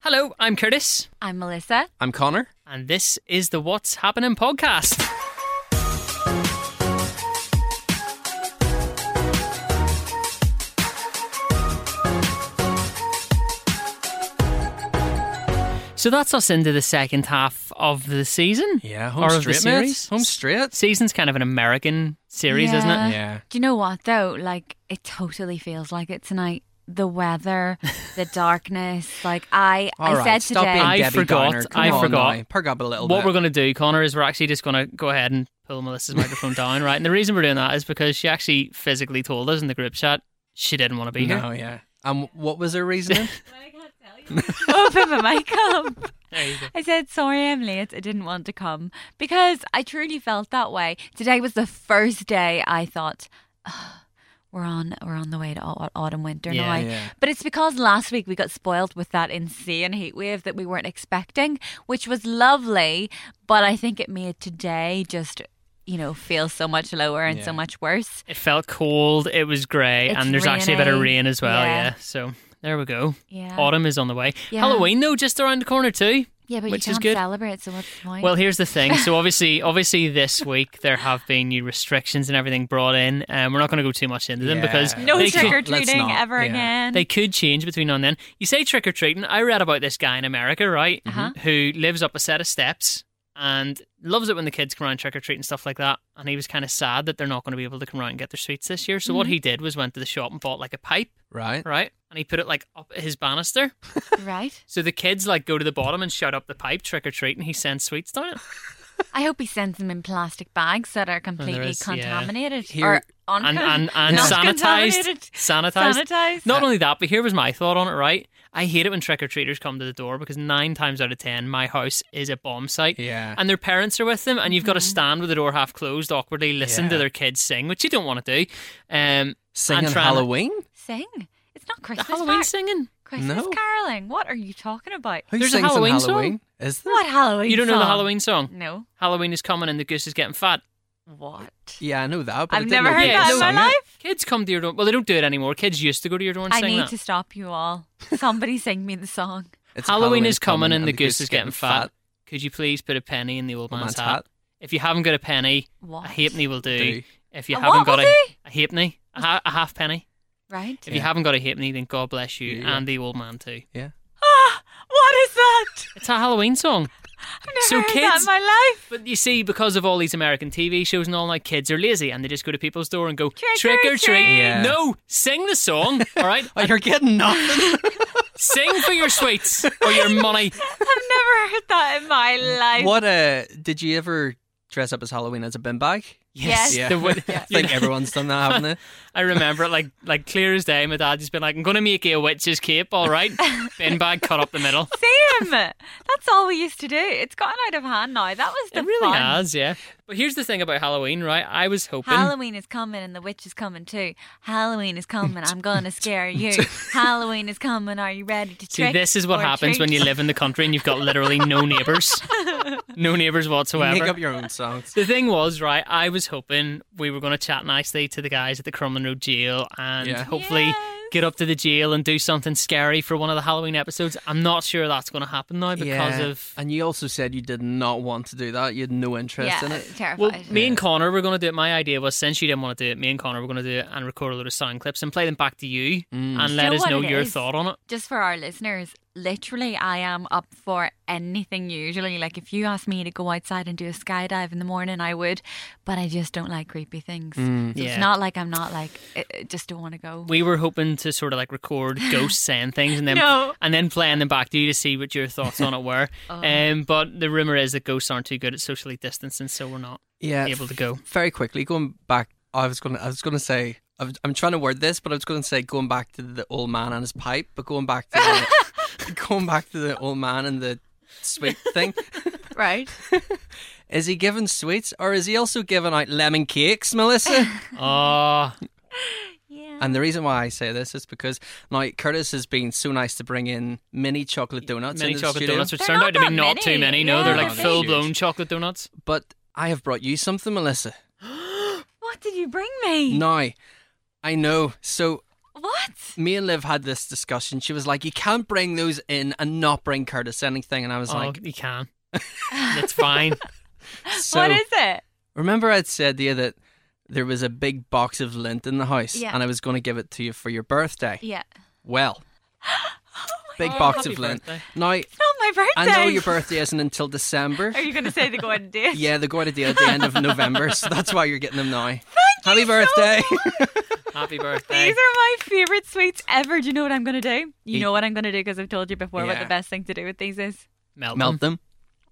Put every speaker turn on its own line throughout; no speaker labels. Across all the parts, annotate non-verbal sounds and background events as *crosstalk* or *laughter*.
Hello, I'm Curtis,
I'm Melissa.
I'm Connor.
and this is the What's Happening podcast. So that's us into the second half of the season.
Yeah,
or
home
of the
straight, mate.
series.
Home straight.
Season's kind of an American series, isn't it?
Yeah.
Yeah.
Do you know what though? Like it totally feels like it tonight. The weather,
*laughs*
the darkness. Like I,
All
I
right,
said
stop
today.
being
I
Debbie
forgot,
Downer. Come
I
on
forgot.
now, Perk up a little
What
bit.
we're going to do, Connor, is we're actually just going to go ahead and pull Melissa's microphone down, right? And the reason we're doing that is because she actually physically told us in the group chat she didn't want to be here.
No, yeah. And what was
*laughs*
her reasoning?
*laughs* oh, put my mic up.
There you go.
I said sorry, I'm late. I didn't want to come because I truly felt that way. Today was the first day I thought "Ugh, we're on we're on the way to au- autumn winter
Yeah,
now.
yeah.
But it's because last week we got spoiled with that insane heat wave that we weren't expecting, which was lovely. But I think it made today just you know feel so much lower and so
Yeah.
much worse.
It felt cold, it was grey,
It's
and there's actually a bit of
rainy.
rain as well, yeah.
Yeah.
So there we go.
Yeah,
Autumn is on the way.
Yeah.
Halloween, though, just around the corner, too.
yeah, but
which
you
is
can't
good.
celebrate, so what's the point?
Well, here's the thing.
*laughs*
So obviously, obviously, this week there have been new restrictions and everything brought in, and we're not going to go too much into them
Yeah.
because
no
they
let's
could,
not-
trick or
let's
treating
not,
ever
yeah.
again.
Mm-hmm. They could change between now and then. You say trick or treating. I read about this guy in America, right,
Uh-huh.
who lives up a set of steps and loves it when the kids come around trick or treating and stuff like that. And he was kind of sad that they're not going to be able to come around and get their sweets this year. So
Mm-hmm.
what he did was went to the shop and bought like a pipe,
right.
right, and he put it like up his banister.
right?
So the kids like go to the bottom and shout up the pipe trick or treating. He sends sweets down
*laughs*
it.
I hope he sends them in plastic bags that are completely
Oh, is, yeah.
contaminated or
Here-
uncon-
and and, and
*laughs* not
sanitized,
contaminated.
sanitized.
Sanitized.
Not only that, but here was my thought on it. Right, I hate it when trick or treaters come to the door because nine times out of ten, my house is a bomb site.
Yeah.
And their parents are with them, and you've got to
Mm-hmm.
stand with the door half closed, awkwardly listen to
Yeah.
their kids sing, which you don't want to do. Um,
Singing
trying to-
Halloween?
Sing. It's not Christmas.
Halloween
car-
singing.
Christmas
No.
caroling. What are you talking about?
Who
There's a
sings in
Halloween song?
Halloween? Is there?
What Halloween?
You don't know the
song?
Halloween song.
No.
Halloween is coming, and the goose is getting fat.
What?
Yeah, I know that. But I
I've
didn't
never
know
heard
who
that
that in
sung
my
it.
life.
Kids come to your door. Well, they don't do it anymore. Kids used to go to your door and
I
sing
need
that.
to stop you
*laughs*
all. Somebody sing me the song.
It's
Halloween, is coming, and the goose is getting fat. Could you please put a penny in the old
Old
man's, hat? If you haven't got a penny,
What?
a halfpenny will do. *laughs*
Do.
If you
A
haven't
what
got
will
a,
do?
a halfpenny, a, ha- a half penny.
Right?
If you
Yeah.
haven't got a halfpenny, then God bless you
Yeah.
and the old man too.
Yeah.
Ah, what is that?
It's a Halloween song.
I've never
So
heard that
kids-
in my life.
But you see, because of all these American TV shows and all that, kids are lazy and they just go to people's door and go,
Trick
trick
or
or treat.
treat.
Yeah.
No, sing the song, *laughs* all right?
Oh, you're
*laughs*
getting nothing.
sing for your sweets or your money.
I've never heard that in my
*laughs*
life.
what? Uh, did you ever dress up as Halloween as a bin bag?
Yes.
Yeah.
the *laughs* wi-
*laughs* I think everyone's done that,
*laughs*
haven't they?
I remember it like like clear as day. My dad just been like, I'm going to make you a witch's cape, all
*laughs*
right? Bin bag cut up the middle.
Same. That's all we used to do. It's gotten out of hand now. That was the
It really
fun.
has, yeah. But here's the thing about Halloween, right? I was hoping.
Halloween is coming and the witch is coming too. Halloween is coming.
*laughs*
I'm gonna scare you. Halloween is coming. Are you ready to
See,
trick
this is what
or
happens when
treat?
you live in the country and you've got literally
*laughs*
no neighbours. No neighbours whatsoever.
Make up your own songs.
The thing was, right, I was hoping we were going to chat nicely to the guys at the Crumlin Road jail and
Yeah.
hopefully
Yes.
get up to the jail and do something scary for one of the Halloween episodes. I'm not sure that's going to happen now because of.
And you also said you did not want to do that. You had no interest
Yeah,
in it.
terrified.
Well, me and Connor were going to do it. My idea was since you didn't want to do it, me and Connor were going to do it and record a load of sound clips and play them back to you
Mm.
and let
know
us
what
know
it
your
is?
thought on it.
Just for our listeners, literally, I am up for anything. Usually, like if you asked me to go outside and do a skydive in the morning, I would. But I just don't like creepy things. so
Mm, Yeah.
It's not like I'm not like I I just don't want to go.
We were hoping to sort of like record
*laughs*
ghosts saying things and then
No. Uh-huh.
and then playing them back to you to see what your thoughts on it
*laughs*
were. um, but the rumor is that ghosts aren't too good at socially distancing, so we're not
Yeah.
able to
*laughs*
go.
Very quickly going back. I was gonna. I was gonna say. I was, I'm trying to word this, but I was going to say going back to the old man and his pipe, but going back to the, *laughs* going back to the old man and the sweet thing.
right?
Is he giving sweets or is he also giving out lemon cakes, Melissa?
Oh,
Yeah.
and the reason why I say this is because now Curtis has been so nice to bring in mini chocolate donuts
many
into the
chocolate
studio,
donuts, which
They're
turned
not
out to be
that
not too
many.
many. No,
Yeah,
they're
they're
like
huge.
full blown chocolate donuts.
but I have brought you something, Melissa. *laughs*
what did you bring me?
Now, I know. So
What? What?
me and Liv had this discussion. She was like, "You can't bring those in and not bring Curtis anything," and I was
Oh,
like,
you
*laughs*
can. It's fine.
*laughs*
"So
what is it?
*laughs* remember I'd said the other that there was a big box of lint in the house,
Yeah.
and I was going to give it to you for
*gasps*
your birthday.
Yeah. *gasps*
Well, *laughs*
Oh
big
Oh,
box
happy
of lint.
birthday.
Now
It's not my birthday.
I know your birthday isn't until December.
*laughs* Are you going to say the golden date?
*laughs* yeah, they're going to do it at the
*laughs*
end of November, so that's why you're getting them now. Happy birthday!
Happy
These
birthday.
are my favorite sweets ever. Do you know what I'm going to do? You
Eat-
know what I'm going to do because I've told you before what
Yeah.
the best thing to do with these is.
Melt,
*laughs* Melt
them.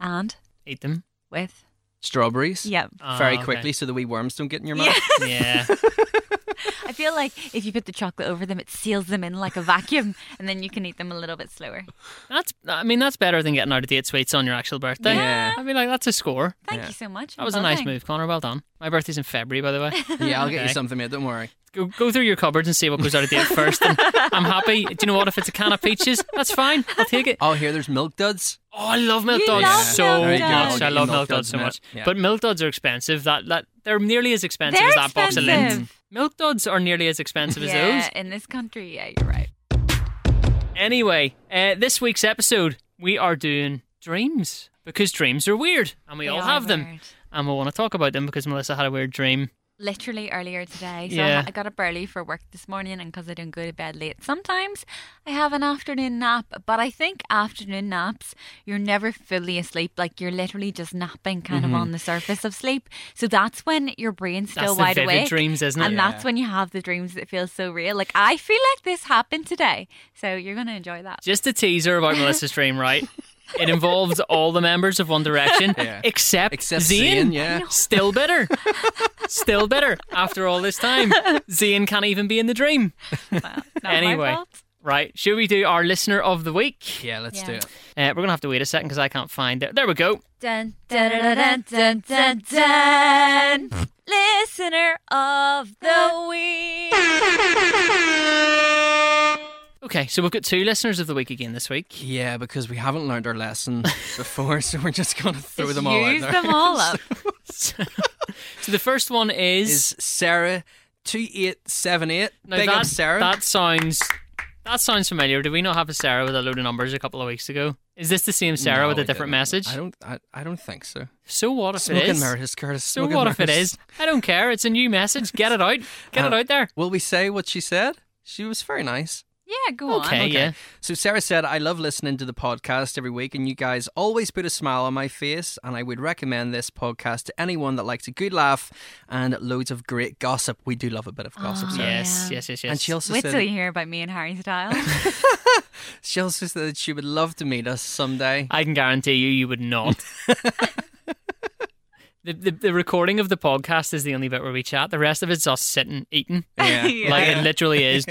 them,
And
Eat them.
with.
strawberries,
Yep.
Ah,
*laughs* very
okay.
quickly, so the wee worms don't get in your mouth.
Yeah.
Yeah.
*laughs*
*laughs*
I feel like if you put the chocolate over them, it seals them in like a vacuum, and then you can eat them a little bit slower.
That's. I mean, that's better than getting out of date sweets on your actual birthday.
Yeah.
I mean, like that's a score.
Thank
Yeah.
you so much.
That was a nice
Bye.
move, Connor. Well done. My birthday's in February, by the way. *laughs*
Yeah, I'll get you
Okay.
something, mate. Don't worry.
Go, go through your cupboards and see what goes out of date first. And I'm happy. Do you know what? If it's a can of peaches, that's fine. I'll take it.
Oh, here, there's milk duds.
Oh, I love milk
You
duds
love
so
milk duds.
much.
Yeah,
I
you
love
milk
milk
duds,
duds so
mate.
much.
Yeah.
But milk duds are expensive. That that they're nearly as expensive
They're
as that box of lint.
expensive.
Milk duds are nearly as expensive
yeah,
as
in this country, yeah, you're right.
those. Anyway, uh, this week's episode we are doing dreams because dreams are weird and we
They
all
are
have them
weird.
and we want to talk about them because Melissa had a weird dream.
Literally earlier today, so I,
Yeah.
ha- I got up early for work this morning, and because I don't go to bed late, sometimes I have an afternoon nap. But I think afternoon naps, you're never fully asleep; like you're literally just napping, kind of on the surface of sleep. So that's when your brain's still
Mm-hmm. That's the
wide
vivid
awake.
dreams, isn't it?
And that's when you have the dreams that feel so real. Like I feel like this happened today, so you're gonna enjoy that.
Just a teaser about Melissa's dream, right? It involves all the members of One Direction
Yeah.
except,
Except
Zayn.
Zayn, yeah.
Still bitter. Still bitter after all this time. Zayn can't even be in the dream. *laughs*
Well, it's not
Anyway.
my fault.
Right, should we do our listener of the week?
Yeah, let's
Yeah.
do it.
Uh, we're going to have to wait a second because I can't find it. There we go.
Dun, dun, dun, dun, dun, dun, dun, dun. Listener of *laughs* the week.
Okay, so we've got two listeners of the week again this week.
Yeah, because we haven't learned
*laughs*
our lesson before, so we're just gonna throw
Just
them all out
use
there.
them all
*laughs*
up.
so the first one is,
*laughs* Is Sarah two eight seven eight?
now
Big
that,
up, Sarah.
That sounds that sounds familiar. Did we not have a Sarah with a load of numbers a couple of weeks ago? Is this the same Sarah
No,
with a
we
different
didn't.
message?
I don't. I, I don't think so.
So what if it
Smoking
is?
mirrors, Curtis.
So
smoking
what if it
mirrors.
is? I don't care. It's a new message. Get it
*laughs*
out. Get it
Uh,
out there.
Will we say what she said? She was very nice.
Yeah, go on.
Okay, yeah.
So Sarah said, "I love listening to the podcast every week, and you guys always put a smile on my face. And I would recommend this podcast to anyone that likes a good laugh and loads of great gossip. We do love a bit of gossip,
Ah.
Sarah.
Yes,
Yeah.
yes, yes, yes.
And she also
Wait till
said
you hear about me and Harry Styles.
she also said that she would love to meet
*laughs*
us someday.
I can guarantee you, you would
*laughs*
not. the, the the recording of the podcast is the only bit where we chat. The rest of it's us sitting eating.
Yeah.
Yeah.
Like it
*laughs*
literally is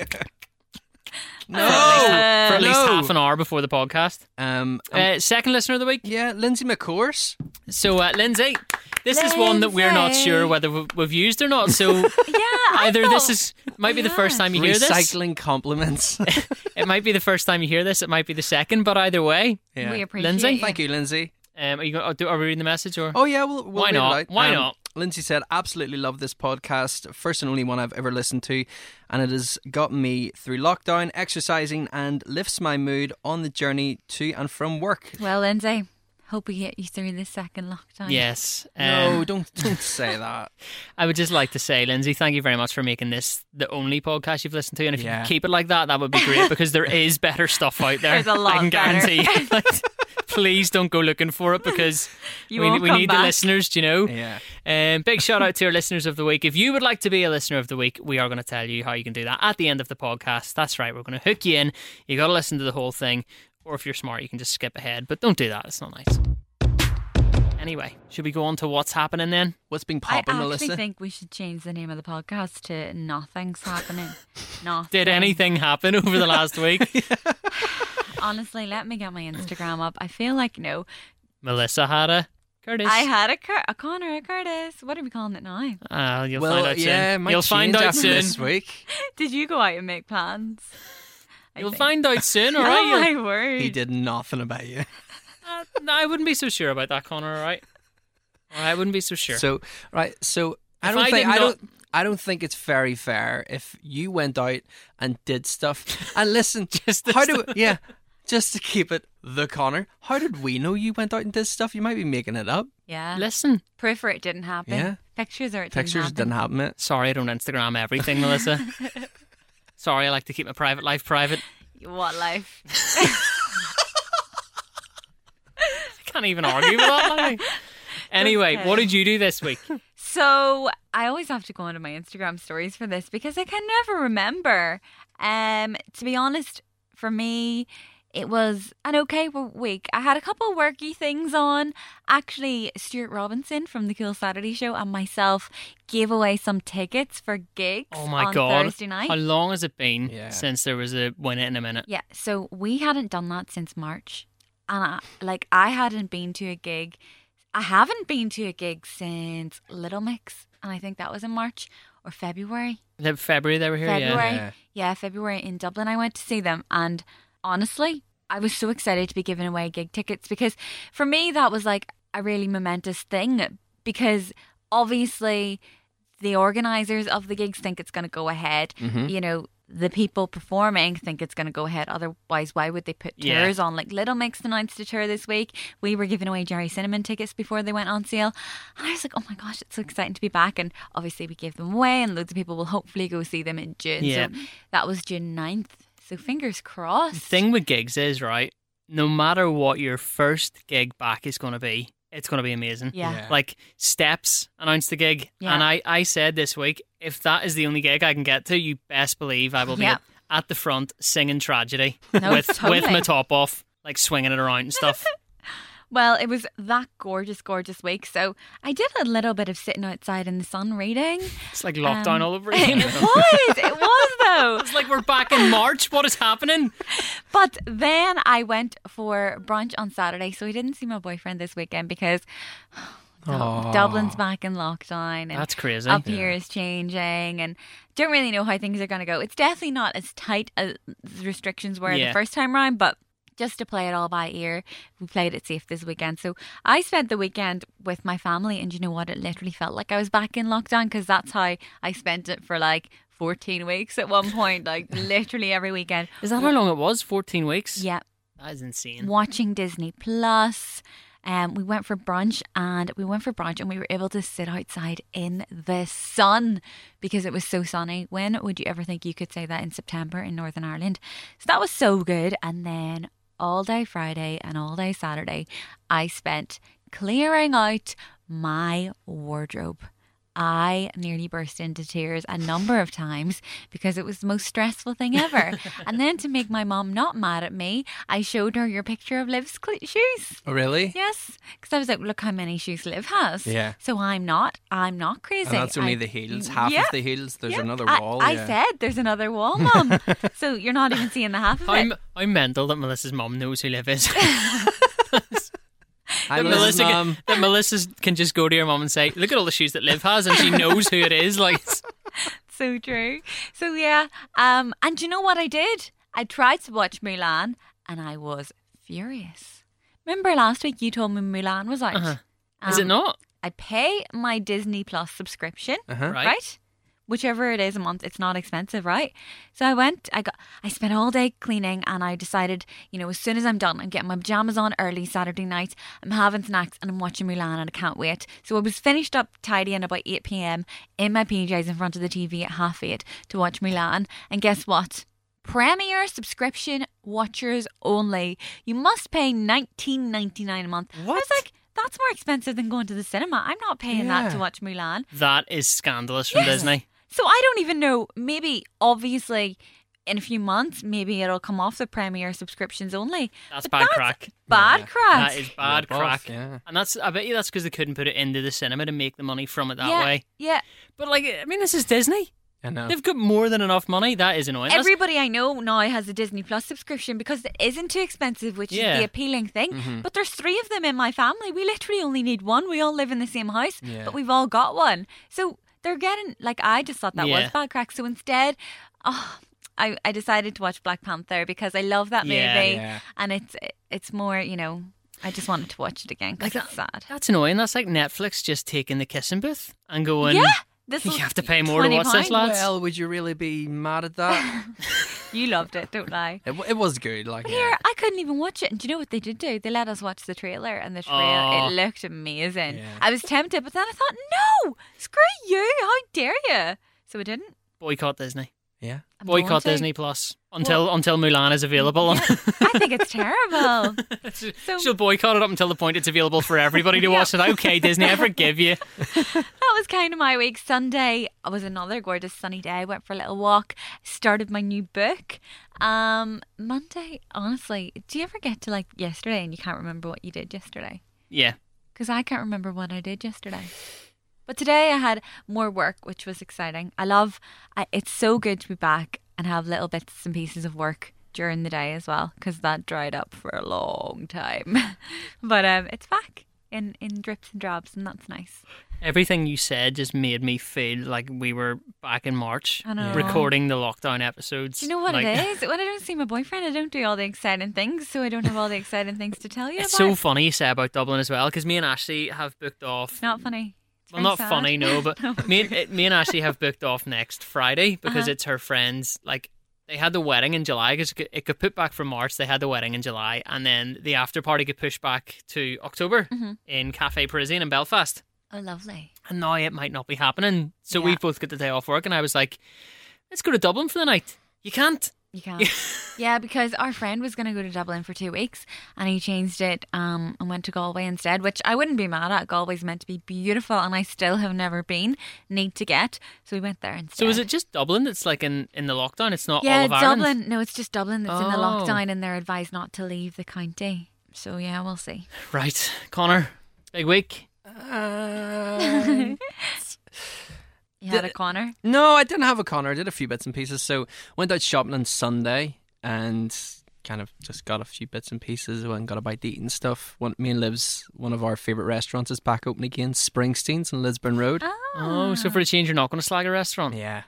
No.
for at least
No.
half an hour before the podcast.
Um. um,
Uh, second listener of the week.
yeah, Lindsay McCourse.
So uh, Lindsay, this is one that we're not
Lindsay.
sure whether we've, we've used or not. So
*laughs* yeah, *laughs* I
either this
thought-
is might be the first time you hear this. *laughs*
Recycling compliments. *laughs*
It might be the first time you hear this. It might be the second, but either way,
yeah.
We appreciate
Lindsay?
you.
Thank you, Lindsay.
um, are you going? Are we reading the message or?
Oh yeah, well, we'll
Why
read it
not?
out.
Why not?
Lindsay said, "Absolutely love this podcast. First and only one I've ever listened to, and it has gotten me through lockdown, exercising, and lifts my mood on the journey to and from work."
Well, Lindsay, hope we get you through this second lockdown.
Yes.
no,
um,
don't don't
*laughs*
say that.
I would just like to say, Lindsay, thank you very much for making this the only podcast you've listened to. And if
Yeah.
you keep it like that, that would be
*laughs*
great because there is better stuff out there.
There's a lot
I can
better.
guarantee
*laughs*
you. Like, please don't go looking for it because
You
we,
won't
we
come
need the
back.
listeners, do you know?
Yeah.
Um, big shout out to our listeners of the week. If you would like to be a listener of the week, we are going to tell you how you can do that at the end of the podcast. That's right, we're going to hook you in. You got to listen to the whole thing, or if you're smart, you can just skip ahead. But don't do that; it's not nice. Anyway, should we go on to what's happening then?
What's been
I
popping,
actually
Melissa?
think we should change the name of the podcast to Nothing's Happening.
*laughs*
Nothing.
Did
Um,
anything happen over the last
*laughs*
week?
Honestly, let me get my Instagram up. I feel like no.
Melissa had a Curtis.
I had a, Cur- a Connor, a Curtis. What are we calling it now?
Uh, you'll
well,
find out
yeah,
soon.
might
You'll find
change
out
after
soon.
this week.
Did you go out and make plans? I
You'll
think.
find out soon,
*laughs*
all right?
*laughs* Oh
You'll-
my word!
He did nothing about you.
Uh, no, I wouldn't be so sure about that, Connor. All right, all right I wouldn't be so sure.
So right, so I
If
don't
I
think
did
I
not-
don't. I don't think it's very fair if you went out and
*laughs*
did stuff. And listen,
Just
how do yeah, just to keep it the Connor. How did we know you went out and did stuff? You might be making it up.
Yeah.
Listen,
Proof for it didn't happen.
Yeah.
Pictures or it
Pictures
didn't
didn't happen. It.
sorry, I don't Instagram everything,
*laughs*
Melissa. Sorry, I like to keep my private life private.
happen. *laughs* What life?
I can't even argue with that.
*laughs*
Like. Anyway, what did you do this week?
So I always have to go onto my Instagram stories for this because I can never remember. Um, to be honest, for me, it was an okay w- week. I had a couple worky things on. Actually, Stuart Robinson from the Cool Saturday Show and myself gave away some tickets for gigs
Oh my
on
god!
Thursday night.
How long has it been
Yeah.
since there was a win it in a minute?
Yeah, so we hadn't done that since March. And I, like I hadn't been to a gig. I haven't been to a gig since Little Mix, and I think that was in March or February.
Like February they were here. Yeah.
February.
Yeah.
Yeah. February in Dublin I went to see them and honestly, I was so excited to be giving away gig tickets because for me that was like a really momentous thing because obviously the organizers of the gigs think it's going to go ahead.
Mm-hmm.
You know, the people performing think it's going to go ahead. Otherwise, why would they put
Yeah.
tours on? Like Little Mix announced a tour this week. We were giving away Jerry Cinnamon tickets before they went on sale. And I was like, oh my gosh, it's so exciting to be back. And obviously, we gave them away, and loads of people will hopefully go see them in June.
Yeah.
So that was June 9th. So fingers crossed.
The thing with gigs is right. No matter what your first gig back is going to be, it's going to be amazing.
yeah.
Yeah.
Like Steps announced the gig,
Yeah.
and I, I said this week, if that is the only gig I can get to, you best believe I will be
Yeah.
at, at the front singing tragedy *laughs*
No,
with
totally.
with my top off, like swinging it around and
*laughs*
stuff.
Well, it was that gorgeous, gorgeous week. So I did a little bit of sitting outside in the sun
*laughs*
reading.
it's like lockdown
Um,
all over
*laughs*
again.
It was. It was though.
it's like we're back in March. What is happening?
But then I went for brunch on Saturday, so I didn't see my boyfriend this weekend because *sighs* Du-
Aw.
Dublin's back in lockdown and
That's crazy.
up here is changing and don't really know how things are going to go. It's definitely not as tight as the restrictions were
Yeah.
the first time round, but just to play it all by ear, we played it safe this weekend. So I spent the weekend with my family, and you know what? It literally felt like I was back in lockdown because that's how I spent it for like 14 weeks at one point, like literally every weekend.
Is that how long it was? 14 weeks?
Yeah,
That is insane.
watching Disney Plus. Um, we went for brunch and we went for brunch and we were able to sit outside in the sun because it was so sunny. When would you ever think you could say that in September in Northern Ireland? So that was so good. And then all day Friday and all day Saturday, I spent clearing out my wardrobe. I nearly burst into tears a number of times because it was the most stressful thing
*laughs*
ever. and then to make my mom not mad at me, I showed her your picture of Liv's cl- shoes.
Oh, really?
Yes, because I was like, look how many shoes Liv has.
Yeah.
So I'm not, I'm not crazy.
And that's only
I-
the heels. Half
Yeah,
of the heels. There's
yeah.
another
I-
wall.
I,
yeah.
said there's another wall,
*laughs*
mom. so you're not even seeing the half of
How,
it.
m- how mental that Melissa's mom knows who Liv
*laughs*
is.
Hi,
that,
Melissa's
Melissa
mum.
*laughs*
can, that Melissa can just go to your mom and say, "Look at all the shoes that Liv has," and
*laughs*
she knows who it is. Like,
so true. So yeah. Um, and do you know what I did? I tried to watch Mulan, and I was furious. Remember last week you told me Mulan was out.
Uh-huh. is it
Um,
not?
I pay my Disney Plus subscription,
Uh-huh.
Right.
right? Whichever it is a month, it's not expensive, right? So I went, I got, I spent all day cleaning, and I decided, you know, as soon as I'm done, I'm getting my pajamas on early Saturday night. I'm having snacks, and I'm watching Mulan, and I can't wait. So I was finished up tidying about eight p.m. in my PJs in front of the TV at half eight to watch Mulan, and guess what? Premier subscription watchers only. You must pay nineteen ninety nine a month. I was
What?
like, that's more expensive than going to the cinema. I'm not paying that
Yeah.
to watch Mulan.
That is scandalous from
Yes.
Disney.
So I don't even know. Maybe, obviously, in a few months, maybe it'll come off the Premier subscriptions only.
That's
But
bad crack.
Bad
Yeah.
crack.
That is bad
Yeah, both,
crack.
yeah.
And that's I bet you that's because they couldn't put it into the cinema to make the money from it that
yeah,
way.
Yeah.
But like, I mean, this is Disney.
I know.
They've got more than enough money. That is annoying. That's-
Everybody I know now has a Disney Plus subscription because it isn't too expensive, which
Yeah. Mm-hmm.
is the appealing thing. But there's three of them in my family. We literally only need one. We all live in the same house,
Yeah.
but we've all got one. So they're getting like I just thought that
Yeah.
was bad crack. So instead, oh, I I decided to watch Black Panther because I love that
Yeah.
movie,
Yeah.
and it's it's more you know. I just wanted to watch it again because
Like
it's sad.
That's annoying. That's like Netflix just taking the kissing booth and going,
Yeah, This
You
will-
have to pay more to
20
watch this,
pound?
lads.
Well, would you really be mad at
*laughs*
that?
You loved it, don't lie.
it, w- it was good. Like, yeah.
Here, I couldn't even watch it. And do you know what they did do? They let us watch the trailer, and the trailer
Aw.
it looked amazing.
Yeah.
I was tempted, but then I thought, no, screw you! How dare you? So I didn't.
Boycott Disney.
yeah.
I'm going
Boycott
to.
Disney Plus until until Mulan is available.
Yeah,
*laughs*
I think it's terrible. So-
She'll boycott it up until the point it's available for everybody to watch. It. Okay, Disney, I forgive *laughs* you.
That was kind of my week. Sunday was another gorgeous sunny day. Went for a little walk. Started my new book. Um, Monday, honestly, do you ever get to like yesterday and you can't remember what you did yesterday?
Yeah,
Because I can't remember what I did yesterday. But today I had more work, which was exciting. I love. I, it's so good to be back and have little bits and pieces of work during the day as well, because that dried up for a long time. *laughs* but um, it's back in in drips and drabs, and that's nice.
everything you said just made me feel like we were back in March
I know.
recording the lockdown episodes.
Do you know what
Like,
it is? When I don't see my boyfriend, I don't do all the exciting things, so I don't have all the exciting things to tell you
*laughs* It's
about.
so funny you say about Dublin as well because me and Ashley have booked off
it's not funny. It's
Well,
very
not
sad.
funny, no, but
*laughs* No.
me, and, me and Ashley have booked off next Friday because
Uh-huh.
it's her friend's. Like, they had the wedding in July because it got put back from March. They had the wedding in July, and then the after party got pushed back to October
Mhm.
in Cafe Parisian in Belfast.
oh, lovely.
And now it might not be happening. So
Yeah.
we both got the day off work, and I was like, let's go to Dublin for the night. You can't.
You can. yeah, because our friend was going to go to Dublin for two weeks, and he changed it um, and went to Galway instead, which I wouldn't be mad at. Galway's meant to be beautiful, and I still have never been. Need to get, so we went there instead.
So is it just Dublin that's like in, in the lockdown? It's not all
Yeah,
of Ireland.
Dublin. No, it's just Dublin that's in the
Oh.
lockdown, and they're advised not to leave the county. So yeah, we'll see.
Right. Connor, big week.
*laughs*
Um,
You had
The-
*laughs*
a Connor.
no, I didn't have a Connor. I did a few bits and pieces. So went out shopping on Sunday and kind of just got a few bits and pieces. Went and got a bite to eat and stuff. One, me and Liv's one of our favorite restaurants is back open again. Springsteen's on Lisburn Road.
Ah.
Oh, so for a change, you're not going to slag a restaurant.
Ah. Yeah,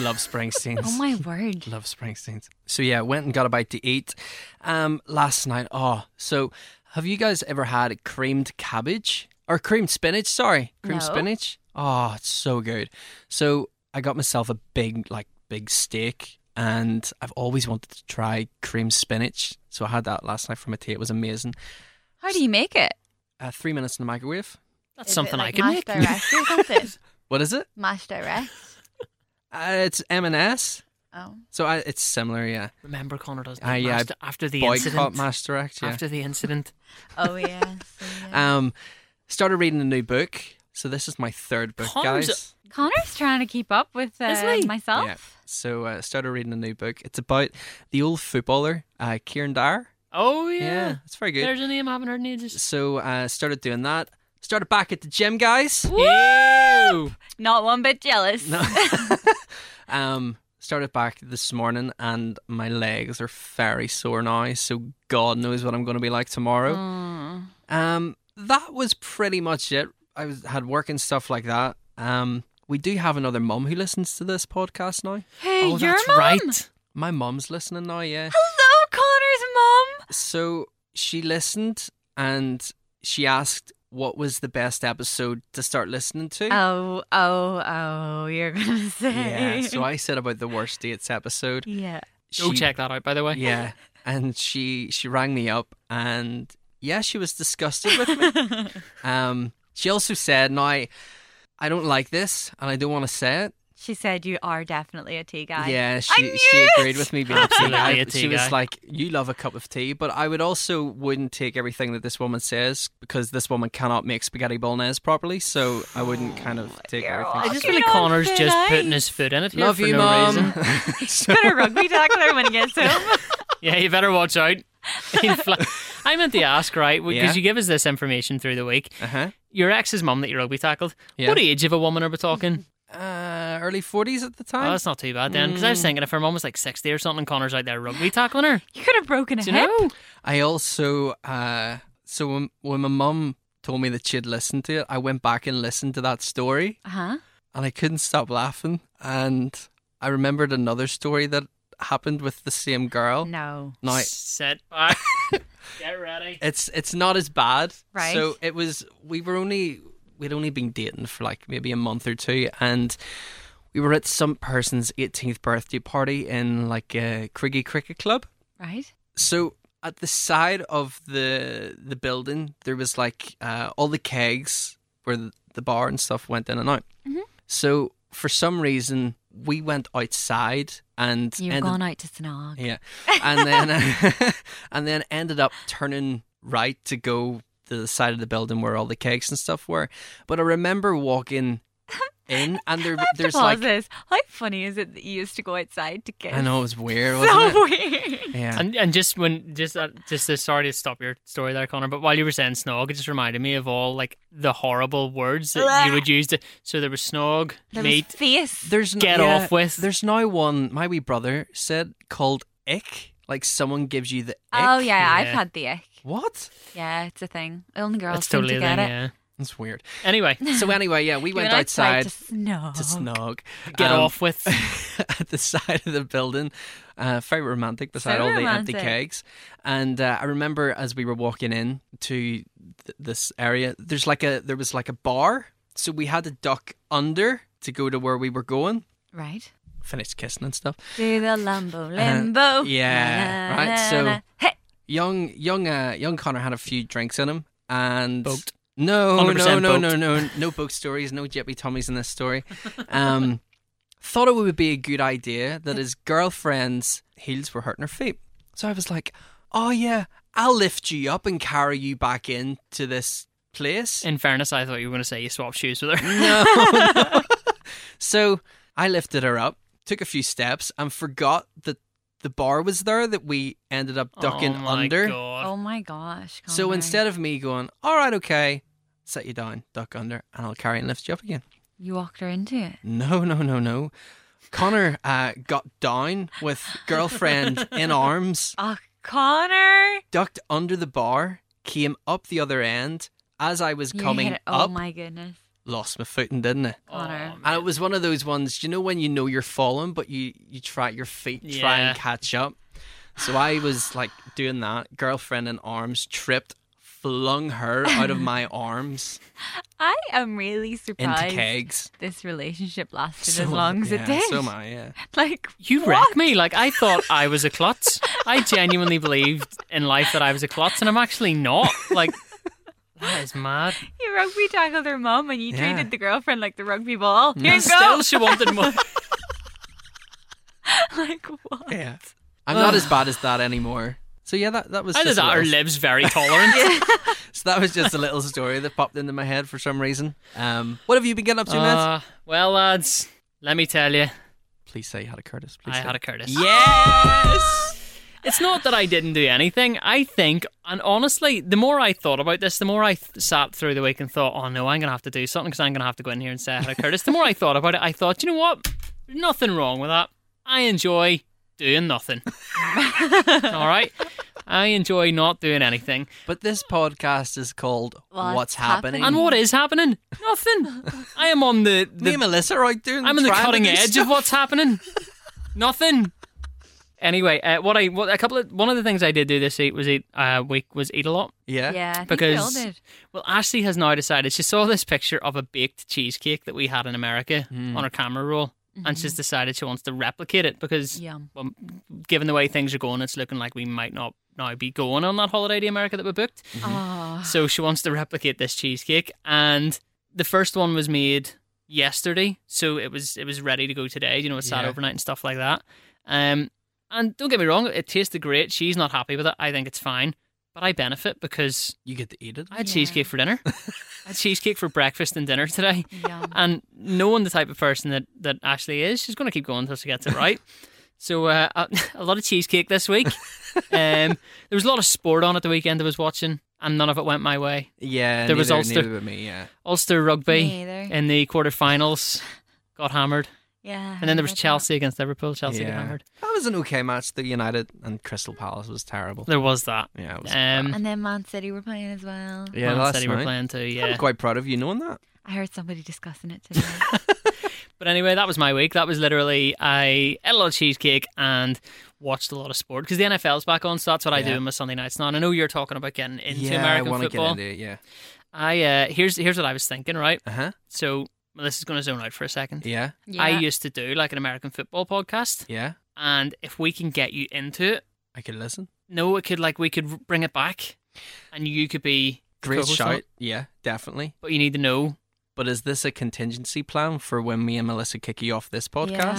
love Springsteen's.
*laughs* Oh my word.
Love Springsteen's. So yeah, went and got a bite to eat. Um, last night. Oh, so have you guys ever had creamed cabbage or creamed spinach? Sorry, creamed
No.
spinach. Oh, it's so good. So I got myself a big, like, big steak, and I've always wanted to try creamed spinach. So I had that last night from a tea. It was amazing.
How do you make it?
Uh, three minutes in the microwave.
That's
Is it
something
like
I can
mashed
make. *laughs*
direct or something?
What is it?
Mashed direct.
Uh, it's M and S.
Oh.
So I, it's similar. Yeah.
Remember, Connor doesn't.
Ah,
he?
yeah,
Master- after the
Boycott
incident.
Mass Direct. Yeah.
After the incident. *laughs*
Oh yeah. So, yeah.
Um, started reading a new book. So this is my third book,
Connor's-
guys.
Connor's trying to keep up with uh,
Isn't he?
myself.
Yeah. So uh, started reading a new book. It's about the old footballer, uh, Kieran Dyer.
Oh yeah.
it's very good.
There's a name I haven't heard in ages.
So uh, started doing that. Started back at the gym, guys.
Ew.
Not one bit
*laughs*
jealous.
No. um, started back this morning, and my legs are very sore now. So God knows what I'm going to be like tomorrow.
Mm.
Um, that was pretty much it. I was, had work and stuff like that. Um, we do have another mum who listens to this podcast now.
Hey,
Oh,
your
that's
mum.
right.
My mum's listening
*laughs*
now, yeah.
Hello, Connor's mum.
So she listened and she asked what was the best episode to start listening to.
Oh, oh, oh! You're gonna *laughs* say.
yeah. So I said about the worst dates episode.
yeah.
Go
She-
check that out, by the way.
Yeah. And she she rang me up and yeah, she was disgusted with
*laughs*
me. *laughs* um she also said, Now I don't like this and I don't want to say it.
She said you are definitely a tea guy.
Yeah,
I
she
knew
she
it!
agreed
*laughs*
with me being a tea
Absolutely
guy.
a tea
she
guy.
was like, "You love a cup of tea, but I would also wouldn't take everything that this woman says because this woman cannot make spaghetti bolognese properly. So I wouldn't kind of take
dear.
everything."
I
she
just
said.
feel like
Fucking
Connor's
on
just
thin
putting
ice.
his foot in it here
love
for
you,
no
mom.
reason.
*laughs* So-
Gonna rugby tackle her when he
*laughs*
gets home.
Yeah, you better watch out. *laughs* He'll fly- I meant to ask, right? Because
Yeah.
you give us this information through the week.
uh-huh.
Your ex's mum that you rugby tackled.
Yeah.
What age of a woman are we
*laughs*
talking?
Uh, early forties at the time.
Oh, that's not too bad then. Because I
Mm.
was thinking if her mum was like sixty or something, Connor's out there rugby tackling her.
You could have broken a
Do you
hip.
know?
I also uh, so when, when my mum told me that she'd listened to it, I went back and listened to that story,
Huh?
and I couldn't stop laughing. And I remembered another story that happened with the same girl.
No.
Now,
Sit
*laughs*
back. Get ready.
it's it's not as bad.
Right.
So it was we were only we'd only been dating for like maybe a month or two, and we were at some person's 18th birthday party in like a Criggy Cricket Club.
Right?
So at the side of the the building, there was like uh, all the kegs where the, the bar and stuff went in and out.
Mhm.
So for some reason, we went outside and
You've
ended,
gone out to snog.
yeah, and then *laughs* and then ended up turning right to go to the side of the building where all the kegs and stuff were. But I remember walking in, and there
I have to
there's
pause
like
this. How funny is it that you used to go outside to kiss?
I know it was weird,
*laughs*
wasn't
So
it?
weird.
Yeah.
And and just when just uh, just uh, sorry to stop your story there, Connor, but while you were saying snog, it just reminded me of all like the horrible words that you would use. To, so there was snog,
There was
meat.
face.
There's n-
Get
yeah,
off with.
There's now one my wee brother said called ick. Like someone gives you the ick.
Oh yeah, I've
Yeah.
had the ick.
What?
Yeah, it's a thing. Only girls
That's
seem
totally
to
a
get
thing.
it.
Yeah.
That's weird.
Anyway,
So anyway, yeah, we
You
went
went
outside,
to snog.
to snog.
get
um,
off with.
*laughs* at the side of the building, uh, very romantic beside
So
all
romantic.
the empty kegs. And uh, I remember as we were walking in to th- this area, there's like a there was like a bar, so we had to duck under to go to where we were going.
Right.
Finished kissing and stuff.
Do the lumbo limbo.
Uh-huh. yeah,
Na, na,
right,
na,
so-
na. Hey,
young young uh, young Connor had a few drinks in him and
Boat.
no no
100%
no no
boat.
no no boat stories no jippy tummies in this story um thought it would be a good idea that his girlfriend's heels were hurting her feet so I was like oh yeah I'll lift you up and carry you back in to this place
In fairness, I thought you were going to say you swapped shoes with her. *laughs*
*laughs* no, no. so I lifted her up took a few steps and forgot that the bar was there that we ended up ducking
oh my
under
God.
Oh my gosh.
so
Conor.
instead of me going, all right, okay, set you down, duck under, and I'll carry and lift you up again.
you walked her into it.
No, *laughs* no, no, no. Connor uh, got down with
*laughs*
girlfriend in arms,
Oh, Connor.
ducked under the bar, came up the other end. As I was
You
coming
hit it. Oh
up,
my goodness.
lost my footing, didn't I?
Connor.
Oh,
And it was one of those ones, you know, when you know you're falling, but you you try your feet try
Yeah.
and catch up. So I was like doing that, girlfriend in arms, tripped, flung her out of
*laughs*
my arms
I am really
into
surprised
kegs.
this relationship lasted as long as it
yeah,
did.
So am
*laughs*
I, yeah.
*laughs* Like
You
what?
wrecked me. Like I thought I was a klutz. I
*laughs*
genuinely believed in life that I was a klutz, and I'm actually not. Like that is
*laughs*
mad.
You rugby tackled her mum and you
Yeah. Mm-hmm.
treated the girlfriend like the rugby ball. Here you go.
Still, she wanted
*laughs*
more.
*laughs* like what?
Yeah. I'm not as bad as that anymore. So yeah, that, that was
Either
just a
that or
little-
lives very
*laughs*
tolerant.
so that was just a little story that popped into my head for some reason. Um, what have you been getting up to, man?
Uh, well, lads, let me tell you,
Please say you had a Curtis. Please
I
say.
had a Curtis.
Yes.
It's not that I didn't do anything. I think, and honestly, the more I thought about this, the more I th- sat through the week and thought, oh no, I'm going to have to do something because I'm going to have to go in here and say hello,
*laughs*
Curtis. the more I thought about it, I thought, you know what? Nothing wrong with that. I enjoy doing
*laughs*
nothing. All right? I enjoy not doing anything.
But this podcast is called
What's
What's, happening?
And what is happening? Nothing. I am on the, the
Me and Melissa are out doing.
I'm on the
trying to
cutting
do
edge
stuff.
of what's happening. Nothing. Anyway, uh, what I what a couple of one of the things I did do this eat was eat uh, week was eat a lot.
Yeah.
Yeah, I think we all
Because
did.
well, Ashley has now decided she saw this picture of a baked cheesecake that we had in America
Hmm. Mm.
on her camera roll, and she's decided she wants to replicate it because
Mm-hmm. Yum.
well, given the way things are going, it's looking like we might not now be going on that holiday to America that we booked.
Oh,
So she wants to replicate this cheesecake, and the first one was made yesterday, so it was it was ready to go today. You know, it sat
Yeah.
overnight and stuff like that. Um, and don't get me wrong, it tasted great. She's not happy with it. I think it's fine, but I benefit because
You get to eat it.
I had
Yeah.
cheesecake for dinner. *laughs* I had cheesecake for breakfast and dinner today.
yum.
And knowing the type of person that, that Ashley is, she's going to keep going until she gets it
*laughs*
right. so uh, a, *laughs* a lot of cheesecake this week. Um, there was a lot of sport on at the weekend I was watching, and none of it went my way.
Yeah.
There was
neither,
Ulster-
neither with me. Yeah.
Ulster rugby
Neither.
in the quarterfinals got hammered,
yeah.
and then there was
I
Chelsea against Liverpool. Chelsea got
Yeah.
hammered.
That was an okay match. The United and Crystal Palace was terrible.
There was that.
Yeah. It was
Um,
bet. And then Man City were playing as well.
yeah.
Man
Last
City
night.
were playing too. Yeah,
I'm quite proud of you knowing that.
I heard somebody discussing it
*laughs*
today.
But anyway, that was my week. That was literally I ate a lot of cheesecake and watched a lot of sport because the NFL's back on, so that's what I do
Yeah.
on my Sunday nights now. And I know you're talking about getting into
yeah,
American
I want to
football,
get into it. Yeah.
I uh, here's here's what I was thinking. Right,
Uh huh.
so Melissa's going to zone out for a second.
Yeah.
Yeah.
I used to do like an American football podcast,
Yeah.
and if we can get you into it,
I could listen.
no, it could like we could bring it back, and you could be
Great
co-host on
shout.
it,
Yeah, definitely.
But you need to know.
But is this a contingency plan for when me and Melissa kick you off this podcast?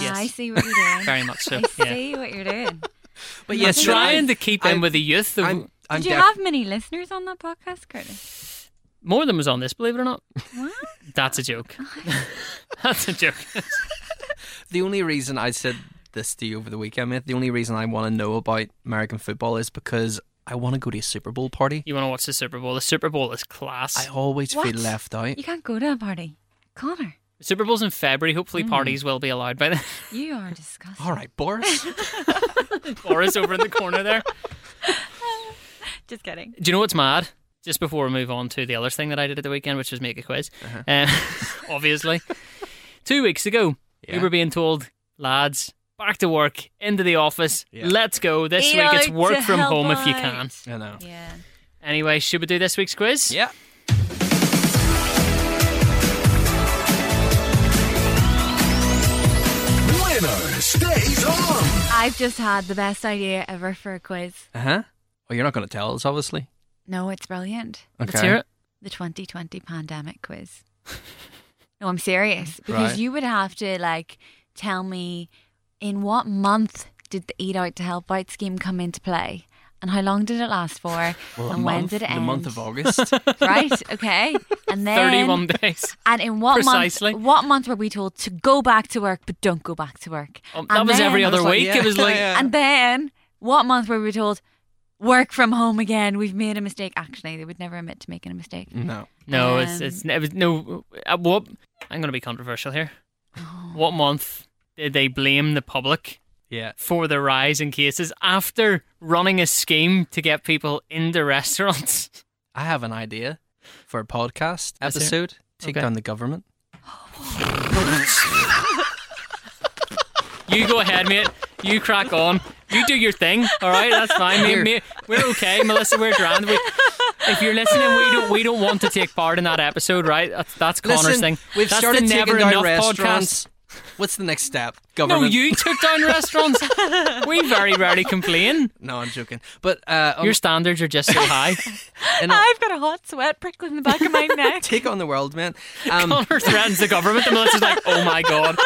Yeah,
Yes.
I see what you're
*laughs*
doing.
Very much so,
*laughs* I
yeah.
see what
*laughs*
you're doing.
But
Yeah,
yes,
trying to keep in
I'm-
with the youth. Of,
I'm, I'm
Did you
def-
have many listeners on that podcast, Curtis?
more than was on this, believe it or not.
What?
That's a
*laughs*
joke. That's a joke.
the only reason I said this to you over the weekend, mate. The only reason I want to know about American football is because I want to go to a Super Bowl party.
You want to watch the Super Bowl? The Super Bowl is class.
I always
What?
feel left out.
You can't go to a party. Connor,
The Super Bowl's in February.
Mm.
Hopefully, parties will be allowed by then. *laughs*
you are disgusting.
All right,
*laughs*
Boris.
Laura's over in the corner there.
Just kidding.
Do you know what's mad? Just before we move on to the other thing that I did at the weekend, which was make a quiz,
Uh-huh.
uh, *laughs* obviously. Two weeks ago,
Yeah.
we were being told, lads, back to work, into the office,
Yeah.
let's go. This
Eat
week it's
out
work
to
from
help
home if you
out.
can.
I know.
Yeah.
Anyway, should we do this week's quiz?
Yeah.
Winner stays on.
I've just had the best idea ever for a quiz.
Uh huh. Well, you're not going to tell us, obviously.
No, it's brilliant.
Okay.
Let's hear it.
The 2020 pandemic quiz. no, I'm
*laughs*
serious because
Right.
you would have to like tell me in what month did the Eat Out to Help Out scheme come into play, and how long did it last for,
*laughs* Well, a
and when
month,
did it
the
end?
*laughs*
month of August.
right?
*laughs*
Okay, and then
31 days.
And in what
Precisely.
month? What month were we told to go back to work, but don't go back to work?
Um,
And
that was
then-
every other
Oh, was like,
week.
yeah.
It was like,
Yeah.
And then what month were we told work from home again? We've made a mistake. Actually, they would never admit to making a mistake.
no.
no, it's,
Um,
it's, it was, no, uh, what, I'm going to be controversial here. What month did they blame the public
Yeah.
for the rise in cases after running a scheme to get people into restaurants. *laughs*
I have an idea for a podcast
Let's hear it.
episode. Take
Okay.
down the government.
You go ahead, mate. You crack on. You do your thing. All right, that's fine. Me, me, we're okay, Melissa. We're grand. We, if you're listening, we don't we don't want to take part in that episode, right? That's, that's Connor's
Listen,
thing.
We've
that's
started
the
taking
never
down
enough podcast.
restaurants. What's the next step?
No,
Government.
you took down restaurants. We very rarely complain.
No, I'm joking. But uh, um,
Your standards are just so high.
in all-
*laughs* I've got a hot sweat prickling the back of *laughs* my neck.
take on the
*laughs*
world, man. Um,
Connor threatens the government, and Melissa's like, "Oh my god!"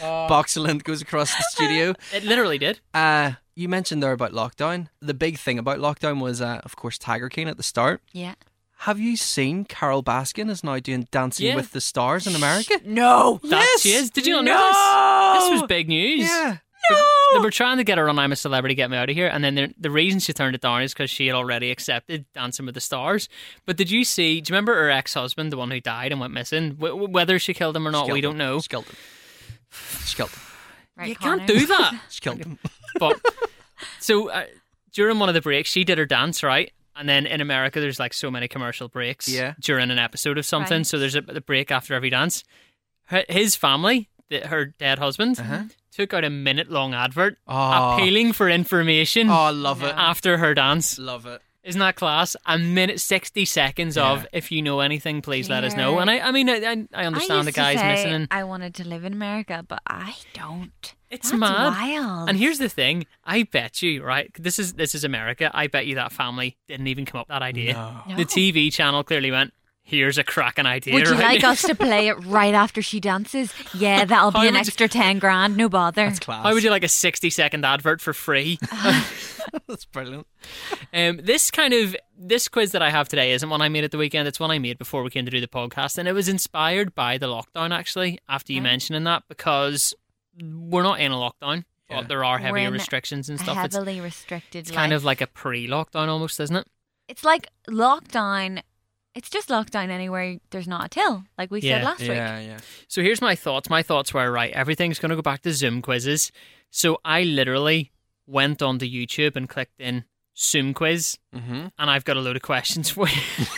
Boxland goes across the
*laughs*
studio.
It literally did.
Uh, you mentioned there about lockdown. The big thing about lockdown was, uh, of course, Tiger King at the start.
Yeah.
Have you seen Carol Baskin is now doing Dancing
Yeah.
with the Stars in America?
No.
That
Yes.
she is. Did you not know this? This was big news.
Yeah.
They were trying to get her on I'm a Celebrity, Get Me Out of Here. And then the- the reason she turned it down is because she had already accepted Dancing with the Stars. But did you see, do you remember her ex husband, the one who died and went missing? W- w- whether she killed him or not, we don't know.
Skeleton. Skeleton.
Right,
You can't
Connor.
do that.
Skeleton.
But so uh, during one of the breaks, she did her dance, right? And then in America, there's like so many commercial breaks
Yeah.
during an episode of something.
Right.
So there's a, a break after every dance. Her, his family, the, her dead husband, took out a minute long advert *laughs*
Oh.
appealing for information
Oh, I love it.
after her dance.
Love it.
Isn't that class? A minute, 60 seconds of if you know anything, please let us know.
Yeah.
And I, I mean, I, I- I
I
understand the
used to
guy's
say
missing. And,
I wanted to live in America, but I don't.
It's
That's
mad.
Wild.
and here's the thing I bet you, right? This is this is America. I bet you that family didn't even come up with that idea.
No.
The TV channel clearly went, here's a cracking idea.
Would you
right
like
now." *laughs*
us to play it right after she dances? Yeah, that'll
How
be an
would you-
extra ten grand. No bother.
That's class.
How
*laughs*
would you like a 60 second advert for
*laughs*
free?
That's brilliant.
Um, this kind of this quiz that I have today isn't one I made at the weekend. It's one I made before we came to do the podcast, and it was inspired by the lockdown. Actually, after you mentioning that, because we're not in a lockdown,
Yeah.
but there are
We're
heavier
in
restrictions and
A
stuff. It's,
heavily restricted.
it's kind
life.
of like a pre-lockdown almost, isn't it?
it's like lockdown. It's just lockdown anywhere there's not a till, like we said
Yeah.
last week.
Yeah, yeah.
So here's my thoughts. My thoughts were right. Everything's going to go back to Zoom quizzes. So I literally went onto YouTube and clicked in Zoom quiz,
Mm-hmm.
and I've got a load of questions for you *laughs*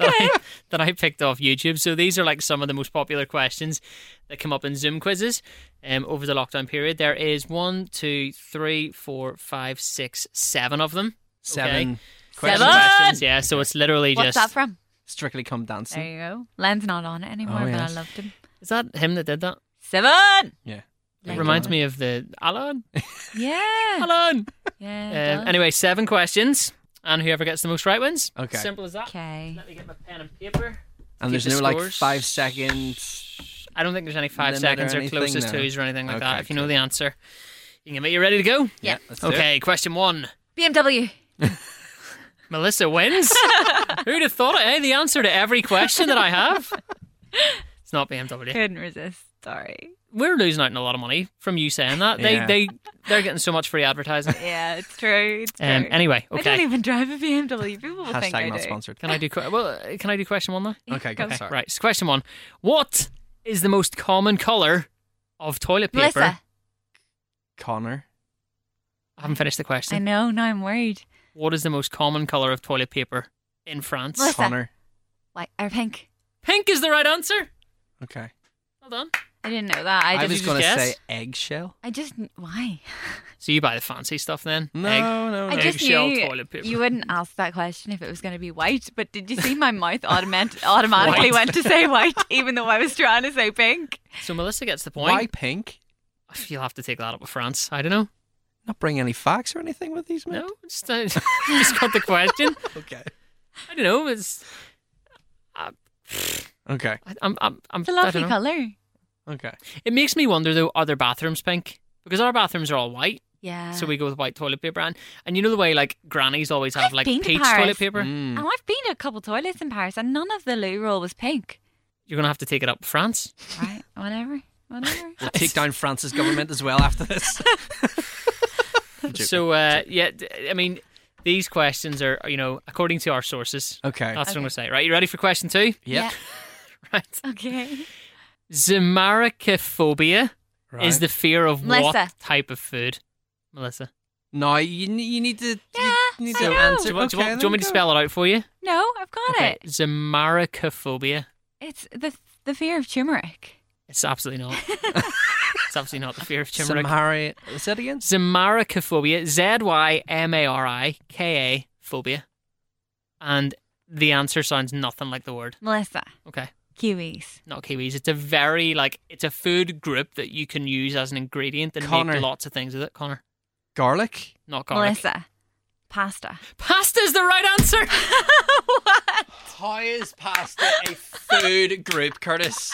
that,
*laughs*
I, that I picked off YouTube. So these are like some of the most popular questions that come up in Zoom quizzes um, over the lockdown period. There is one, two, three, four, five, six, seven of them.
Seven.
Seven
questions.
questions, yeah. So it's literally just
What's that from?
Strictly Come Dancing.
There you go. Len's not on it anymore,
Oh,
but
yes.
I loved him.
Is that him that did that?
Seven.
It
Yeah.
Like-
reminds me of the Alan. *laughs*
Yeah.
Alan.
yeah. it
Um,
does.
anyway, seven questions, and whoever gets the most right wins.
Okay.
Simple as that.
Okay.
Let me get my pen and paper. Keep
And there's
the
no like
scores.
five seconds.
I don't think there's any five
Limit or
seconds or,
anything,
closest
no.
twos or anything like that.
Okay,
If you know
cool.
the answer, you can get You ready to go?
Yeah.
let's do it.
Okay, question one.
BMW.
Melissa
*laughs*
wins. Who'd have thought it? Eh? The answer to every question that I
*laughs*
have. It's not BMW.
Couldn't resist. Sorry.
We're losing out on a lot of money from you saying that. They
Yeah.
they they're getting so much free
*laughs*
advertising.
Yeah, it's true. It's true.
Um, anyway,
I don't
okay.
even drive a BMW. People will think I
Hashtag not
*laughs*
do.
sponsored.
Can I do que- well? uh, Can I do question one though?
Okay,
Go. *laughs*
good. Sorry.
Right. So question one: What is the most common color of toilet paper?
Melissa.
Connor.
I haven't finished the
I
question.
know. Now I'm worried.
What is the most common color of toilet paper in France?
Melissa.
Connor.
Why? Or pink.
Pink is the right answer.
Okay.
Well done.
I didn't know that. I
I,
just. I,
was
just
gonna
guess?
say eggshell.
just. Why?
So you buy the fancy stuff then?
No,
Egg.
Oh, no, no.
I just
Eggshell
knew
toilet paper.
you wouldn't ask that question if it was going to be white. But did you see my mouth automat- automatically went to say white, even though I was trying to say pink?
So Melissa gets the point.
Why pink?
You'll have to take that up with France. I don't know.
Not bring any facts or anything with these men.
No, just uh, *laughs* just got the question.
*laughs* Okay.
I don't know. It's
Okay.
I, I'm I'm I'm
It's a
I
lovely
don't know.
color.
Okay.
It makes me wonder though. Are their bathrooms pink? Because our bathrooms are all white,
Yeah.
so we go with white toilet paper. And and you know the way like grannies always have
I've
like
been to
peach
Paris.
toilet paper.
And
Mm.
I've been to a couple toilets in Paris, and none of the loo roll was pink.
You're gonna have to take it up with
*laughs*
France.
Right? *laughs* Whatever. Whatever.
We'll take down France's government as well after this.
So uh, yeah, d- I mean, these questions are you know according to our sources.
okay.
That's what I'm
Okay.
gonna say. Right, you ready for question two? *laughs*
yeah.
Right.
Okay. *laughs*
Zamaricophobia
Right.
is the fear of
Melissa.
what type of food? Melissa,
no, you, n- you need to.
Yeah,
you need
I
to
know.
answer.
do you want, do you
Okay,
want- do you
then
want me to
go.
spell it out for you?
No, I've got
Okay.
it.
Zamaricophobia.
It's the the fear of turmeric.
It's absolutely
*laughs*
not. it's absolutely not the fear of turmeric.
Samari. Is that again?
Zamaricophobia. Z y m a r i k a phobia. And the answer sounds nothing like the word.
Melissa,
Okay.
kiwis.
Not kiwis. It's a very like it's a food group that you can use as an ingredient and
Connor.
make lots of things with it. Connor,
Garlic.
not garlic.
Melissa, pasta. *laughs*
Pasta is the right answer.
How is pasta a food group, Curtis?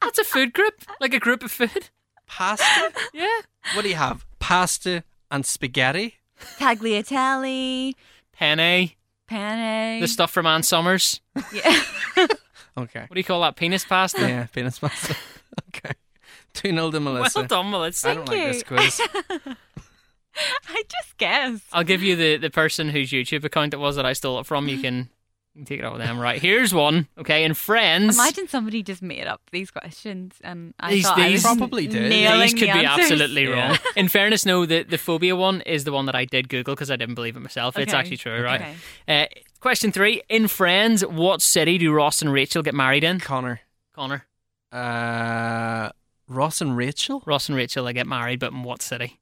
That's a food group, like a group of food.
Pasta.
Yeah.
What do you have? Pasta and spaghetti.
Tagliatelle,
Penne,
penne.
the stuff from Ann Summers.
*laughs* Yeah. *laughs*
Okay.
What do you call that? Penis pasta.
Yeah, penis pasta. *laughs* okay. Two nil to
*laughs*
Melissa.
Well done, Melissa.
I don't like this
you.
quiz.
*laughs*
I just guessed.
I'll give you the, the person whose YouTube account it was that I stole it from. You can, you can take it out with them. Right, here's one. Okay, in Friends,
Imagine somebody just made up these questions and I
These-
thought I
these-
was
Probably did.
nailing
these could
the
be
answers.
absolutely
Yeah.
wrong. In fairness, no, the, the phobia one is the one that I did Google because I didn't believe it myself. It's
Okay.
actually true, right?
Okay.
Uh, question three. In Friends, what city do Ross and Rachel get married in?
Connor.
Connor.
Uh, Ross and Rachel.
Ross and Rachel, they get married, but in what city?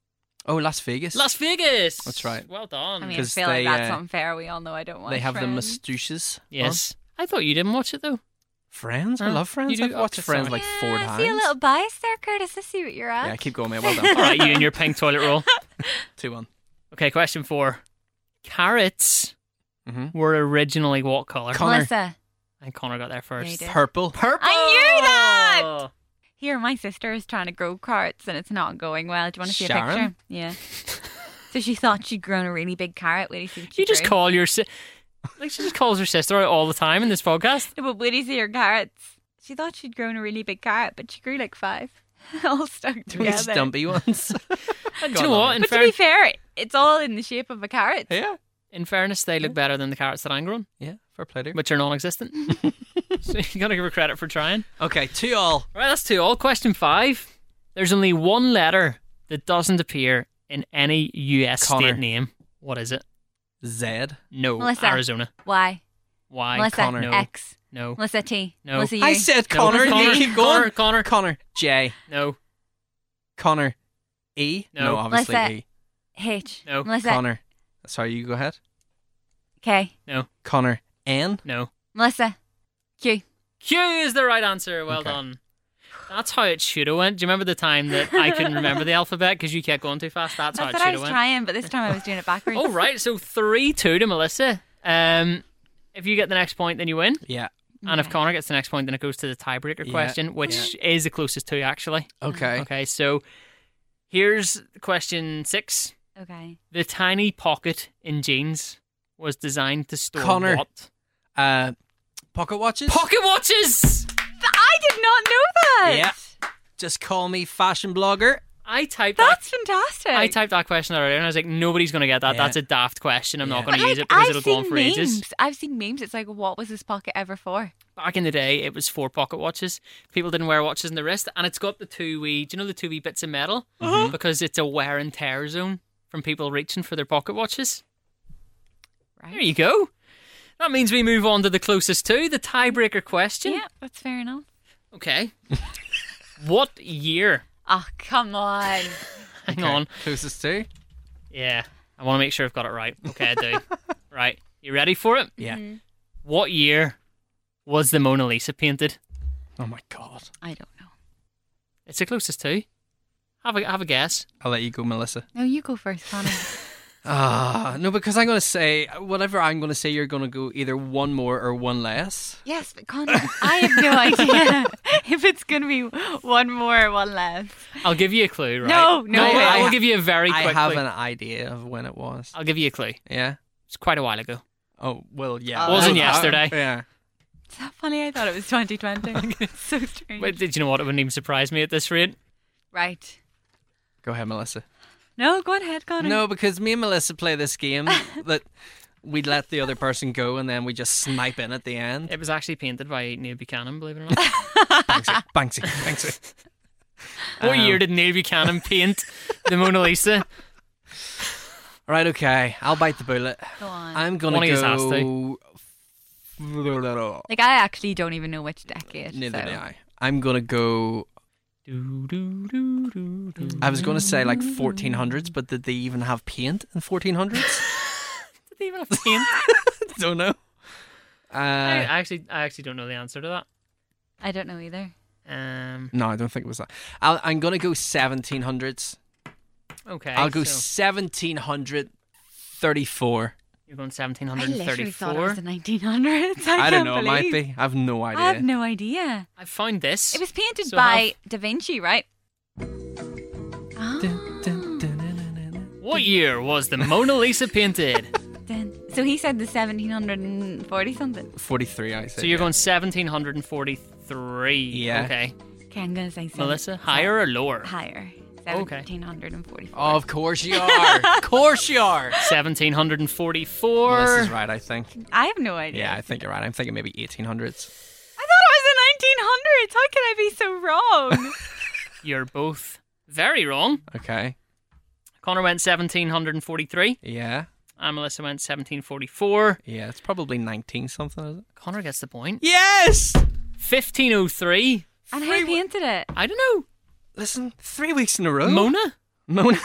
Oh, Las Vegas.
Las Vegas.
That's right.
Well done.
I mean, I
'Cause
feel
they,
like that's
uh,
unfair. We all know I don't want
They have the
friends.
moustaches. on.
yes. I thought you didn't watch it though.
Friends. I
Huh?
love Friends.
You do?
I've watched
Okay,
Friends
sorry.
like four
yeah, I
times.
see a little bias there, Curtis. I see what you're at.
yeah, keep going, mate.
*laughs*
Well
All
done.
right, you and your pink toilet roll.
Two one.
Okay, question four. Carrots
Mhm.
were originally what color?
Connor.
Melissa,
and Connor got there
you
first.
did.
Purple.
Purple.
I knew
Oh.
Oh.
that! Here, my sister is trying to grow carrots and it's not going well. Do you want to see a
Sharon?
picture?
*laughs*
Yeah. so she thought she'd grown a really big carrot. Wait till you see what
You just
grew.
call your si- like she just calls her sister out all the time in this podcast.
No, *laughs* but wait till you see her carrots. She thought she'd grown a really big carrot, but she grew like five. *laughs* all stuck
*laughs* Two yeah,
together.
*laughs*
stumpy ones. *laughs*
And do you know what? In,
But to
fair-
be fair, it's all in the shape of a carrot.
yeah.
in fairness, they look better than the carrots that I'm growing,
Yeah. Fair
*laughs*
play to you.
which are non-existent. so you gotta give her credit for trying.
Okay. Two all.
Right, that's two. All question five. There's only one letter that doesn't appear in any U.S.
Connor.
state name. What is it?
Zed.
No,
Melissa.
Arizona.
Why?
Why?
Melissa
Connor.
No.
X.
No.
Melissa T.
No.
Melissa U.
I said
No.
Connor. You keep going.
Connor. Connor.
Connor. J.
No.
Connor. E.
No.
obviously
Melissa.
E.
H.
No.
Melissa
Connor. Sorry, you go ahead.
K.
No.
Connor. N.
No.
Melissa Q.
Q is the right answer. Well
Okay.
done. That's how it should have went. Do you remember the time that I couldn't remember the alphabet because you kept going too fast? That's,
That's
how it
what I
should have
was
went.
trying, but this time I was
*laughs*
doing it backwards.
All right, so three two to Melissa. Um, if you get the next point, then you win.
Yeah.
And if
Okay.
Connor gets the next point, then it goes to the tiebreaker
Yeah.
question, which is the closest to actually.
Okay.
Okay, so here's question six.
Okay.
The tiny pocket in jeans was designed to store
Connor.
what?
Uh, pocket watches.
Pocket watches.
Th- I did not know that.
Yeah. Just call me fashion blogger.
I typed
That's fantastic.
that. I typed that question earlier, and I was like, nobody's going to get that.
Yeah.
That's a daft question. I'm
Yeah.
not going
But,
to use
like,
it because
I've
it'll go on
seen
for
memes.
ages.
I've seen memes. It's like, what was this pocket ever for?
Back in the day, it was four pocket watches. People didn't wear watches in the wrist, and it's got the two wee. Do you know the two wee bits of metal? Because it's a wear and tear zone from people reaching for their pocket watches.
Right.
There you go. That means we move on to the closest two, the tiebreaker question.
Yeah, that's fair enough.
Okay. *laughs* what year?
Oh,
*laughs*
come on.
Hang on.
Closest to.
Yeah. I want to make sure I've got it right. Okay, I do. *laughs* right. You ready for it?
Yeah.
What year was the Mona Lisa painted?
Oh my god.
I don't know.
It's the closest two. Have a have a guess.
I'll let you go, Melissa.
No, you go first, Connor.
*laughs*
Ah, no, because I'm gonna say whatever I'm gonna say. You're gonna go either one more or one less.
yes, but Connor, I have
*laughs*
no idea *laughs* if it's going to be one more or one less.
I'll give you a clue, right?
No, no way.
I will give you a very quick
I have
clue.
an idea of when it was.
I'll give you a clue.
Yeah.
It's quite a while ago.
Oh well, yeah.
Uh, Wasn't
Uh,
yesterday.
Yeah.
Is that funny? I thought it
*laughs*
was *laughs* 2020. so strange.
Wait, did you know what? It wouldn't even surprise me at this rate.
Right.
Go ahead, Melissa.
No, go ahead, Connor.
No, because me and Melissa play this
*laughs*
game that we let the other person go and then we just snipe in at the end.
*laughs* It was actually painted by Neil Buchanan, believe it or
*laughs*
not.
Banksy, Banksy, Banksy.
*laughs* what
Um,
year did Neil Buchanan paint the Mona
*laughs*
Lisa?
All right, okay. I'll bite the bullet.
Go on.
I'm gonna
One of yous has
go.
eh?
*laughs*
like, I actually don't even know which decade.
Neither
so.
do I. I'm gonna go.
Do, do, do, do, do.
I was gonna say like 1400s, but did they even have paint
*laughs*
in 1400s?
Did they even have paint?
*laughs* Don't know. Uh,
*laughs* I, I actually, I actually don't know the answer to
I don't know either.
that. Um,
no, I don't think it was that. I'll, I'm gonna go 1700s.
okay,
I'll go
so
1734.
you're going
*laughs* I
1734.
literally thought it was the 1900s. I,
I,
can't
don't know. It
Believe.
might be. I've no idea.
I have no idea.
I found this.
It was painted
So
by Da Vinci, right? Ah.
Dun, dun, dun, dun, dun, dun.
What year was the Mona Lisa painted?
Dun. So he said the 1740 something.
43, I say.
so you're going 1743.
Yeah.
Okay.
Okay, I'm gonna say seven-
Melissa, higher or lower?
higher.
Oh,
Okay.
1744.
Of course you are. *laughs* of course you are.
1744.
Melissa's right, I think.
I have no idea.
Yeah, I think you're right. I'm thinking maybe 1800s.
I thought it was the 1900s. How can I be so
*laughs*
wrong?
You're both very wrong.
Okay.
Connor went 1743.
Yeah.
And Melissa went 1744.
Yeah, it's probably 19 something, is it?
Connor gets the point.
Yes!
1503.
and
Three
who
w-
painted it?
I don't
Listen, three weeks in a row.
know. Mona? *laughs*
*laughs* Mona.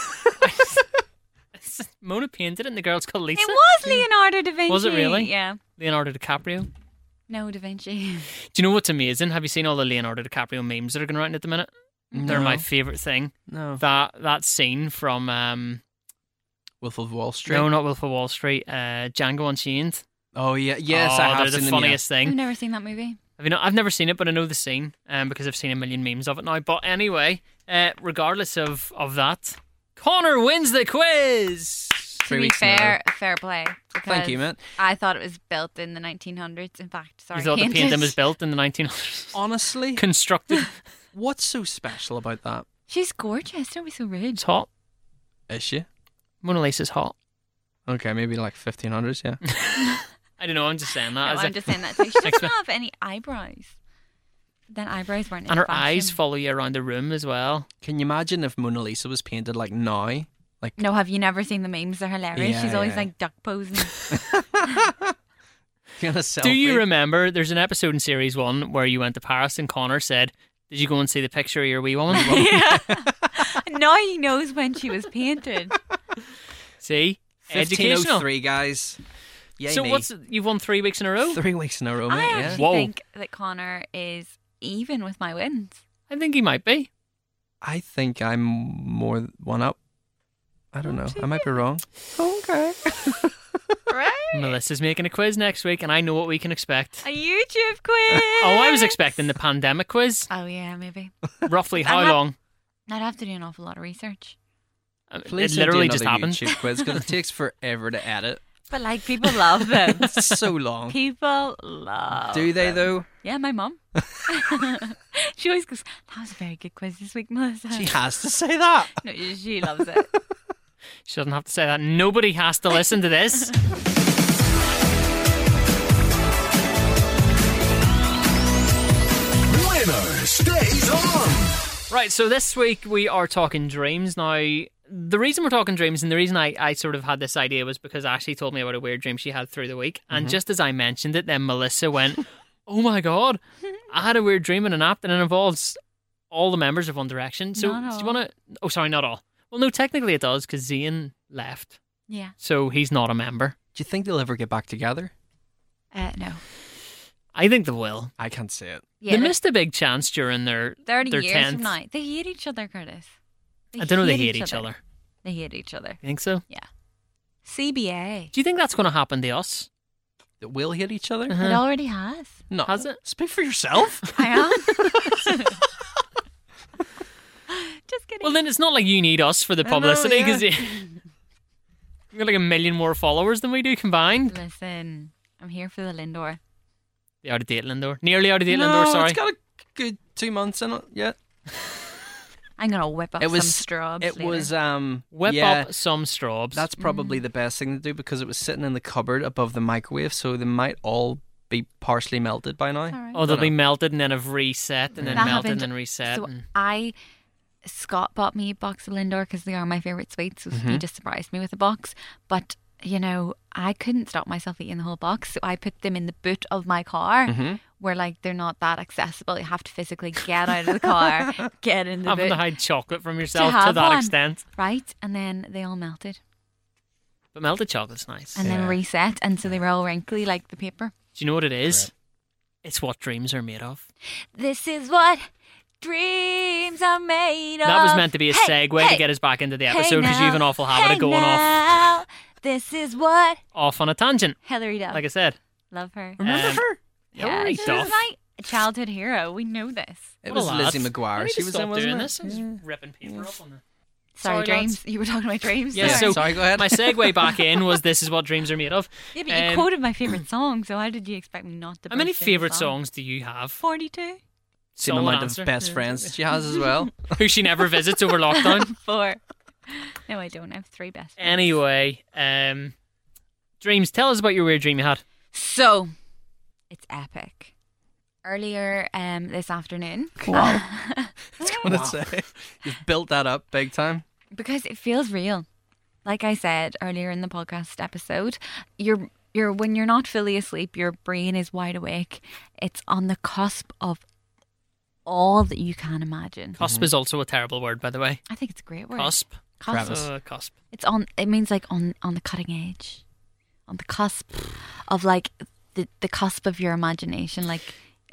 Mona painted it and the girl's called Lisa.
It was Leonardo da Vinci.
Was it really?
Yeah.
Leonardo DiCaprio.
No, da
*laughs*
Vinci.
Do you know what's amazing? Have you seen all the Leonardo DiCaprio memes that are going around at the minute? They're my favourite thing.
No.
That that scene from um
Wolf of Wall Street.
no, not Wolf of Wall Street, uh, Django Unchained.
Oh, yeah. Yes,
oh,
I have
they're
seen
the
them,
funniest
I've
thing.
never seen that movie.
Have you know, I've never seen it, but I know the scene um, because I've seen a million memes of it now. But anyway, uh, regardless of of that, Connor wins the quiz.
yeah. Three
to be
weeks in a row.
fair, fair play.
Thank you,
because
man.
I thought it was built in the 1900s. In fact, sorry.
You thought the
painted.
painting was built in the
*laughs*
1900s,
Honestly,
constructed.
what's so special about that?
She's gorgeous. Don't be so rude.
It's hot.
Is she?
Mona Lisa's hot.
Okay, maybe like 1500s, yeah.
I don't know. I'm just saying
No,
that. As
I'm
a-
just saying
*laughs*
that too. She doesn't
Expe-
have any eyebrows. Then eyebrows weren't. in
and her
fashion.
eyes follow you around the room as well.
Can you imagine if Mona Lisa was painted like now? *laughs* Like,
No, have you never seen the memes? They're hilarious.
Yeah,
She's always
yeah.
like duck
*laughs*
posing. *laughs*
in a selfie?
Do you remember? There's an episode in series one where you went to Paris and Connor said, "Did you go and see the picture of your wee woman?"
*laughs* now
*laughs*
he knows when she was painted. oh
see, educational.
1503, guys.
eh,
Yay
so
me.
what's you've won three weeks in a row?
three weeks in a row,
I
mate? Yeah.
actually
Whoa.
think that Connor is even with
*laughs*
my wins.
I think he might be.
I think I'm more th- one up. I don't know. I might be wrong. Okay.
Right?
Melissa's making a quiz next week, and I know what we can expect.
A YouTube quiz.
Oh, I was expecting the pandemic quiz.
Oh
*laughs*
yeah, maybe.
Roughly
I
how
have-
long?
I'd have to do an awful lot of research.
Um, it
Please don't do
literally
another
just happened.
YouTube quiz because it takes forever to edit.
But like people
*laughs*
love them.
It's so long.
people love.
Do they
them.
though?
Yeah,
*laughs*
my mum. *laughs* she always goes, "That was a very good quiz this week, Melissa."
*laughs*
She has to say that.
no, she loves it.
She doesn't have to say that. Nobody has to listen to this.
Winner stays on.
Right, so this week we are talking dreams. Now, the reason we're talking dreams and the reason I, I sort of had this idea was because Ashley told me about a weird dream she had through the week. And
Mm-hmm.
just as I mentioned it, then Melissa went, *laughs* Oh my God, I had a weird dream in an app and it involves all the members of One Direction. So,
Not
do you
all.
want to? Oh, sorry, not all. Well, no, technically it does because Zayn left.
Yeah.
So he's not a member.
Do you think they'll ever get back together?
Uh, no.
I think they will.
I can't see it.
Yeah.
they
like,
missed a big chance during their
Thirty
their
years
10th.
from now, they hate each other, Curtis.
I don't know. They hate each other.
They hate each other.
You think so?
CBA.
Do you think that's going to happen to us?
That we'll hit each other?
*laughs* Uh-huh.
It already has.
*laughs*
No.
Has it?
Speak
*laughs*
for yourself.
I am. Just kidding.
Well, then it's not like you need us for the
I know,
publicity because *laughs*
yeah.
we got like a million more followers than we do combined.
Listen, I'm here for the Lindor.
The out of date Lindor, nearly out of date
no,
Lindor. Sorry,
It's got a good two months in it yet.
I'm gonna whip up
It was
some straws.
It
uh,
was um
whip
yeah,
up some straws.
That's
Mm.
probably the best thing to do because it was sitting in the cupboard above the microwave, so they might all be partially melted by now.
Alright.
oh, they'll be melted and then have reset and then
That
melted and
happened-
then reset.
So
and-
I Scott bought me a box of Lindor because they are my favorite sweets. So
Mm-hmm.
he just surprised me with a box. But you know, I couldn't stop myself eating the whole box, so I put them in the boot of my car.
Mm-hmm.
Where like they're not that accessible. You have to physically get out of
*laughs*
the car, get in the
Having
boot,
to hide chocolate from yourself to,
have
that
one.
extent,
right? And then they all melted,
but melted chocolate's nice.
and
Yeah.
then reset, and so they were all wrinkly like the paper.
do you know what it is? It's what dreams are made of.
This is what dreams are made of.
That was meant to be a
Hey,
segue to
hey,
get us back into the
hey
episode because you
now,
have an awful habit
hey
of going off
now. This is what
off on a tangent.
Hilary Duff.
Like I said,
Love her.
Remember Um, her?
Yeah,
Hilary
she
Duff.
was my childhood hero. We know this.
What
It
a
was
laugh.
Lizzie
I
McGuire.
need
She
to
was
stop
in, wasn't
doing
it?
this. I'm just
Yeah.
ripping paper up on the.
Sorry,
Sorry,
dreams.
lads.
You were talking about dreams.
Yeah,
Yeah,
so-
sorry, go ahead.
My
*laughs*
segue back in was "This is what dreams are made of."
yeah, but you
Um,
quoted my favorite song, so how did you expect me not to?
How many
burst into
favorite
song?
songs do you have?
Forty-two. *laughs*
Same
Solid
amount
answer.
of best friends that she
*laughs*
has as well.
who she never visits over lockdown.
*laughs* Four. No, I don't. I have three best. friends.
Anyway, um, dreams. Tell us about your weird dream you had.
So, it's epic. Earlier um, this afternoon,
What to say? You've built that up big time.
because it feels real. Like I said earlier in the podcast episode, you're you're when you're not fully asleep, your brain is wide awake. It's on the cusp of all that you can imagine.
Cusp is also a terrible word, by the way.
I think it's a great word.
Cusp.
Cusp.
Travis.
Uh, cusp.
It's on. It means like on on the cutting edge, on the cusp of like the the cusp of your imagination. Like,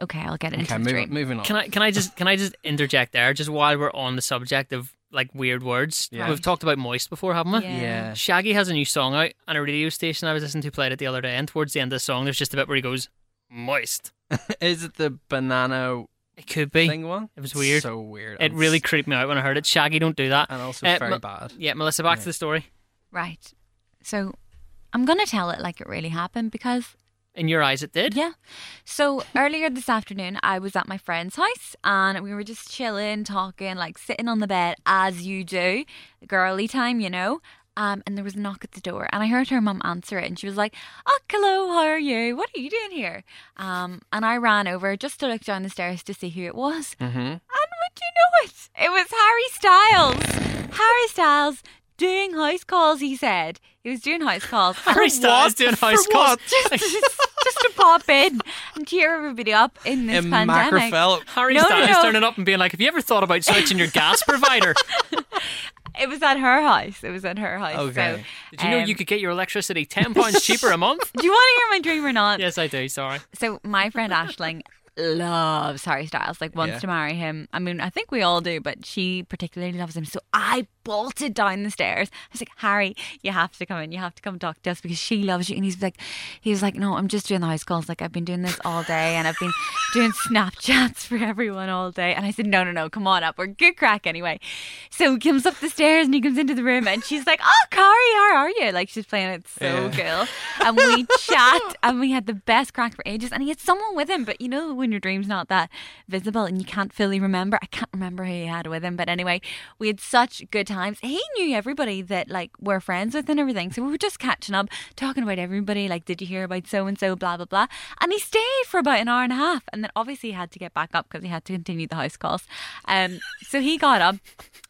okay, I'll get it
Okay,
into the
move,
dream.
moving on.
Can I can I just can I just interject there just while we're on the subject of like weird words?
Yeah.
We've talked about moist before, haven't we?
Yeah.
Yeah.
Shaggy has a new song out, and a radio station I was listening to played it the other day. And towards the end of the song, there's just a bit where he goes moist.
*laughs* Is it the banana
It could be.
thing one?
It was weird.
So weird.
It
and
really
s-
creeped me out when I heard it. Shaggy, don't do that.
and also
Uh,
very
Ma-
bad.
Yeah, Melissa, back to the story.
Right. So, I'm gonna tell it like it really happened because
In your eyes, it did.
Yeah. So earlier this afternoon, I was at my friend's house and we were just chilling, talking, like sitting on the bed as you do, girly time, you know. Um, and there was a knock at the door, and I heard her mum answer it, and she was like, "Oh, hello, how are you? What are you doing here?" Um, and I ran over just to look down the stairs to see who it was,
Hmm.
Mm-hmm.
and would you know it? It was Harry Styles. Harry Styles doing house calls. He said he was doing house calls.
Harry
And
Styles
what?
doing house calls.
just, just to pop in and cheer everybody up in this
In
pandemic.
macrophel.
*laughs* Harry
No, no,
Styles
no. *laughs*
turning up and being like, "Have you ever thought about switching your gas provider?"
It was at her house. It was at her house.
Okay.
So,
Did you know
um,
you could get your electricity ten pounds cheaper a month?
*laughs* Do you want to hear my dream
*laughs*
or not?
Yes, I do. Sorry.
So my friend Ashling loves Harry Styles, like wants
Yeah.
to marry him. I mean, I think we all do, but she particularly loves him. So I bolted down the stairs. I was like, Harry, you have to come in. You have to come talk to us because she loves you. And he's like, he was like, no, I'm just doing the house calls. Like I've been doing this all day, and I've been doing *laughs* Snapchats for everyone all day. And I said, no, no, no, come on up. We're good crack anyway. So he comes up the stairs and he comes into the room, and she's like, oh, Carrie, how are you? Like she's playing it so
Yeah.
good girl. And we chat and we had the best crack for ages. And he had someone with him, but you know, when your dream's not that visible and you can't fully remember, I can't remember who he had with him. But anyway, we had such good times. He knew everybody that like we're friends with and everything. So we were just catching up, talking about everybody. Like, did you hear about so and so, blah, blah, blah. And he stayed for about an hour and a half. And then obviously he had to get back up because he had to continue the house calls. Um, so he got up.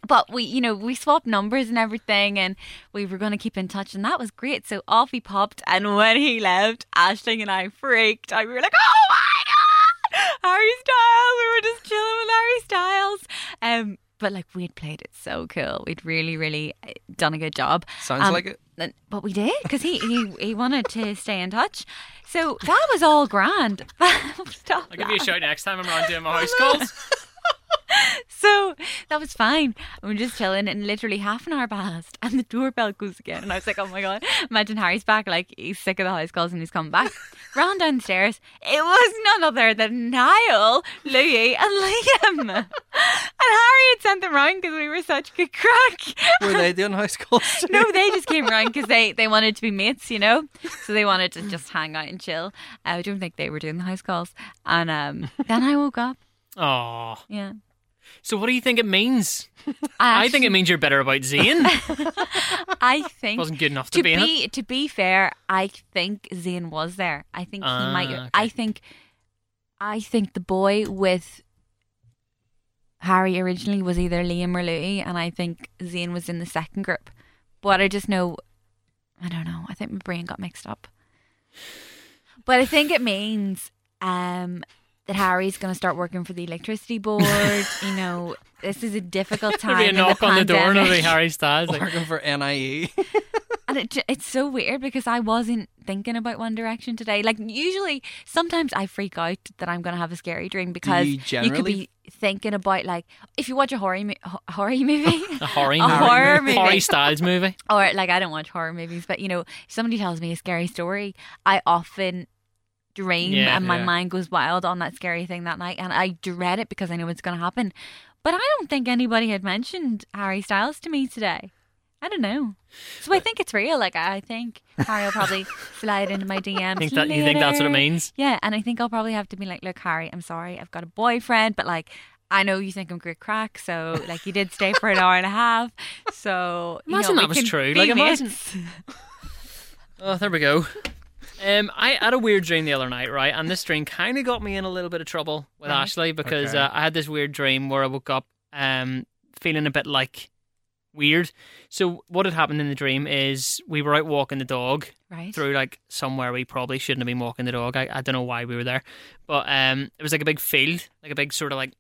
But we, you know, we swapped numbers and everything, and we were going to keep in touch, and that was great. So off he popped, and when he left, Ashling and I freaked. I, we were like, "Oh my god, Harry Styles!" We were just chilling with Harry Styles. Um, but like we had played it so cool, we'd really, really eh, done a good job.
Sounds
Um,
like it.
and- But we did because he, he he wanted to stay in touch, so that was all grand. *laughs* Stop
I'll give you a
that.
shout next time I'm around
*laughs*
doing my house calls.
So that was fine. And we were just chilling, and literally half an hour passed, *laughs* and the doorbell goes again. And I was like, oh my God, imagine Harry's back. Like, he's sick of the house calls and he's come
*laughs*
back. Ran downstairs. It was none other than Niall, Louis, and Liam. *laughs* and Harry had sent them round because we were such good crack. *laughs*
Were they doing house calls? too?
No, they just came around because they, they wanted to be mates, you know? So they wanted to just hang out and chill. I don't think they were doing the house calls. And um, then I woke up.
Oh,
Yeah.
so what do you think it means?
I,
I think it means you're better about Zane.
*laughs* actually- I think
Wasn't good enough to,
to
be, in it.
be to be fair, I think Zane was there. I think he might.
Ah, okay.
I think, I think the boy with Harry originally was either Liam or Louis, and I think Zane was in the second group. But I just know, I don't know. I think my brain got mixed up. But I think it means um, that Harry's going to start working for the electricity board. you know, this is
*laughs*
a difficult time.
There'd be a
in
knock
the
on the door and it'll be
pandemic.
Harry
*laughs*
Styles.
*laughs*
Like,
Working for NIE.
And it, ju- it's so weird because I wasn't thinking about One Direction today. Like usually, sometimes I freak out that I'm going to have a scary dream because
you
could
generally?
be thinking about like if you watch a horror mo- ho- horror *laughs* movie,
a horror
a
movie.
horror movie,
Harry Styles
*laughs*
movie.
or like I don't watch horror movies, but you know, if somebody tells me a scary story, I often dream
Yeah,
and my
yeah.
mind goes wild on that scary thing that night, and I dread it because I know it's going to happen. But I don't think anybody had mentioned Harry Styles to me today. I don't know. So I think it's real. Like I think Harry
*laughs*
will probably slide into my DMs.
Think that you think that's what it
later.
means?
Yeah, and I think I'll probably have to be like, look, Harry, I'm sorry, I've got a boyfriend, but like, I know you think I'm great crack, so like, you did stay for an hour and a half, so you
Imagine
know,
that
we
was
can
true,
be
like, imagine-
mates.
Oh, there we go. Um, I had a weird dream the other night, right? And this dream kind of got me in a little bit of trouble with
Right.
Ashley because
Okay.
uh, I had this weird dream where I woke up um, feeling a bit like weird. So what had happened in the dream is we were out walking the dog
right?
through like somewhere we probably shouldn't have been walking the dog. I, I don't know why we were there, but um, it was like a big field, like a big sort of like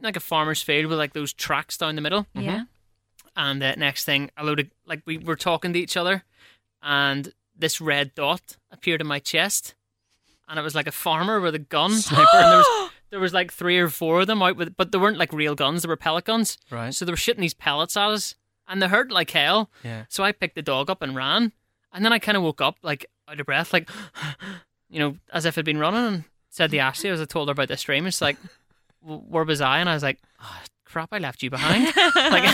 like a farmer's field with like those tracks down the middle.
Yeah,
And uh, next thing, a load of like we were talking to each other, and this red dot appeared in my chest, and it was like a farmer with a gun. Sniper. *laughs* and there
*gasps*
was there was like three or four of them out with, but they weren't like real guns. They were pellet guns.
*laughs* Right.
So they were shooting these pellets at us, and they hurt like hell.
Yeah.
So I picked the dog up and ran. And then I kind of woke up, like, out of breath, like, *gasps* you know, as if I'd been running and said the Ashley, as I told her about this dream, it's like, "W- where was I? And I was like, oh, crap, I left you behind.
*laughs*
like,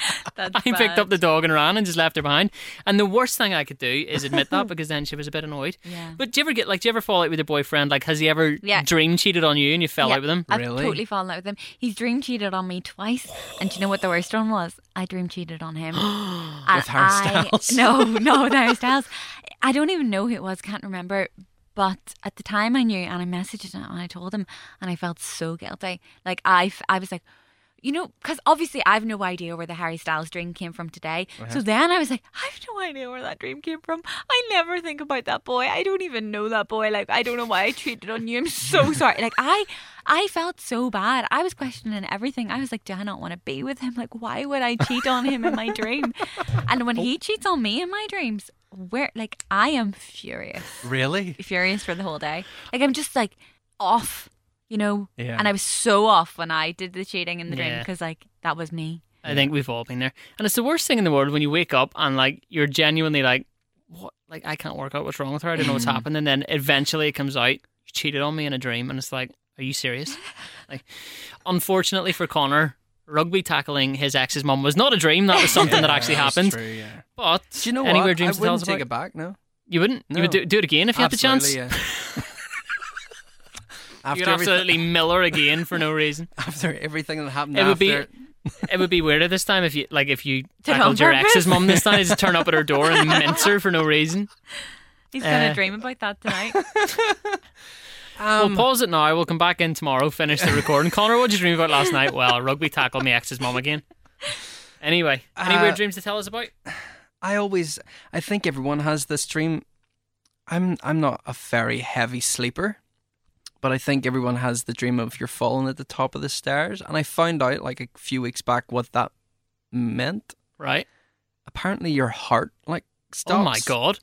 *laughs*
that's
I picked up the dog and ran and just left her behind. And the worst thing I could do is admit
*laughs*
that because then she was a bit annoyed.
Yeah.
But do you ever get, like, do you ever fall out with a boyfriend? Like, has he ever
Yeah.
dream cheated on you and you fell
Yeah,
out with him?
I've
Really?
totally fallen out with him. He's dream cheated on me twice, and do you know what the worst one was? I dream cheated on
*gasps*
him. And
With Harry
I-
Styles.
No, no, with Harry Styles. I don't even know who it was. Can't remember. But at the time, I knew, and I messaged him and I told him, and I felt so guilty. Like I, f- I was like, you know, because obviously I've no idea where the Harry Styles dream came from today.
Uh-huh.
So then I was like, I've no idea where that dream came from. I never think about that boy. I don't even know that boy. Like, I don't know why I cheated on you. I'm
*laughs*
so sorry. Like, I, I felt so bad. I was questioning everything. I was like, do I not want to be with him? Like, why would I cheat on him in
*laughs*
my dream? And when
Oh.
he cheats on me in my dreams, where, like, I am furious
*laughs* Really?
furious for the whole day. Like I'm just like off, you know.
Yeah.
And I was so off when I did the cheating in the dream
Yeah.
because like that was me.
I think we've all been there. And it's the worst thing in the world when you wake up and like you're genuinely like, what? Like I can't work out what's wrong with her. I don't know what's
Mm.
happened. And then eventually it comes out, you cheated on me in a dream, and it's like, are you
*laughs*
serious? Like, unfortunately for Connor, rugby tackling his ex's mum was not a dream. That was something that actually
That's
happened.
true, yeah.
But
Do you know
anywhere
what?
dreams
I
to tell
wouldn't
us
take
about?
it back. No,
You wouldn't. You would
No.
do, do it again if you had the chance.
Absolutely, yeah.
You'd
*laughs* after, everything,
absolutely mill her again for no reason.
*laughs* after everything that happened,
It would be-
after,
It would be weirder this time if you like if you
Turn on
tackled your
purpose.
ex's mum this time, just turn up at her door
*laughs*
and mince her for no reason.
He's gonna
Eh.
Uh,
dream about that
*laughs*
tonight.
Um,
we'll pause it now. We'll come back in tomorrow, finish the recording. Connor, what did you dream about last night? Well, a rugby tackle my ex's mum again. Anyway, any
Uh,
weird dreams to tell us about?
I always I think everyone has this dream. I'm I'm not a very heavy sleeper, but I think everyone has the dream of you're falling at the top of the stairs. And I found out like a few weeks back what that meant.
Right?
Apparently your heart like stops.
Oh my god.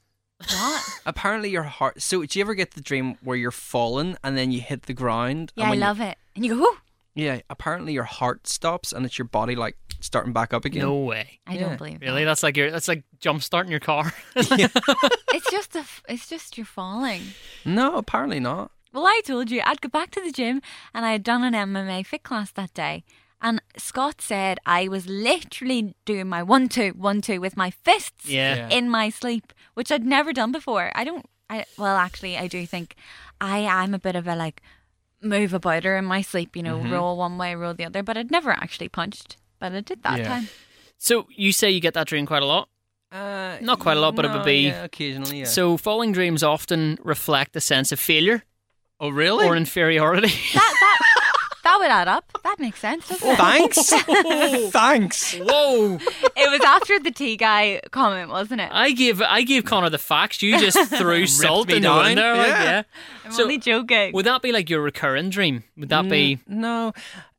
what?
Apparently your heart so do you ever get the dream where you're falling and then you hit the ground?
Yeah,
and
I
when you-
love it. And you go, Ooh,
Yeah, apparently your heart stops and it's your body like starting back up again.
No way.
I
Yeah.
don't believe
Really? That's like your that's like jump starting your
*laughs*
car. *laughs*
that. It's just a, f- it's just you're falling.
No, apparently not.
Well, I told you I'd go back to the gym, and I had done an MMA fit class that day. And Scott said I was literally doing my one two one two with my fists.
yeah.
Yeah.
in my sleep, which I'd never done before. I don't. I well, actually, I do think I am a bit of a like move about in my sleep. You know, roll one way, roll the other. But I'd never actually punched. But I did that
Yeah.
time.
So you say you get that dream quite a lot.
Uh,
Not quite a lot, but it would be-
yeah, occasionally. Yeah.
So falling dreams often reflect a sense of failure
oh really?
or inferiority.
That that that would add up. That makes sense,
Oh,
doesn't
*laughs*
it?
*laughs* Thanks. Thanks.
*laughs* Whoa.
It was after the tea guy comment, wasn't it?
I gave I gave Connor the facts. You
*laughs*
just threw salt
me
in the
down.
wind there. Like,
Yeah.
yeah.
I'm
So
only joking.
would that be like your recurring dream? Would that
Mm.
be
No,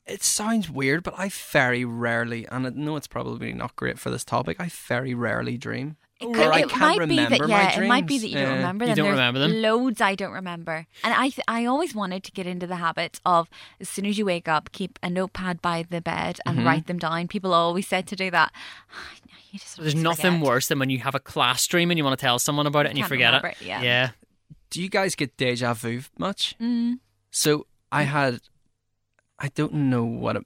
it sounds weird, but I very rarely, and I know it's probably not great for this topic, I very rarely dream.
It,
Or
could,
I
it
can't
might be
remember
that
my
yeah, it might be that
dreams.
you don't
Yeah.
remember
You
them.
don't
There's
remember them?
Loads I don't remember, and I th- I always wanted to get into the habit of as soon as you wake up, keep a notepad by the bed and
Mm-hmm.
write them down. People always said to do that. *sighs* You just
There's
always
nothing
forget.
worse than when you have a class dream and you want to tell someone about it and you
Can't
forget
remember it, yeah.
yeah.
Do you guys get deja vu much?
Mm.
So I had, I don't know what it,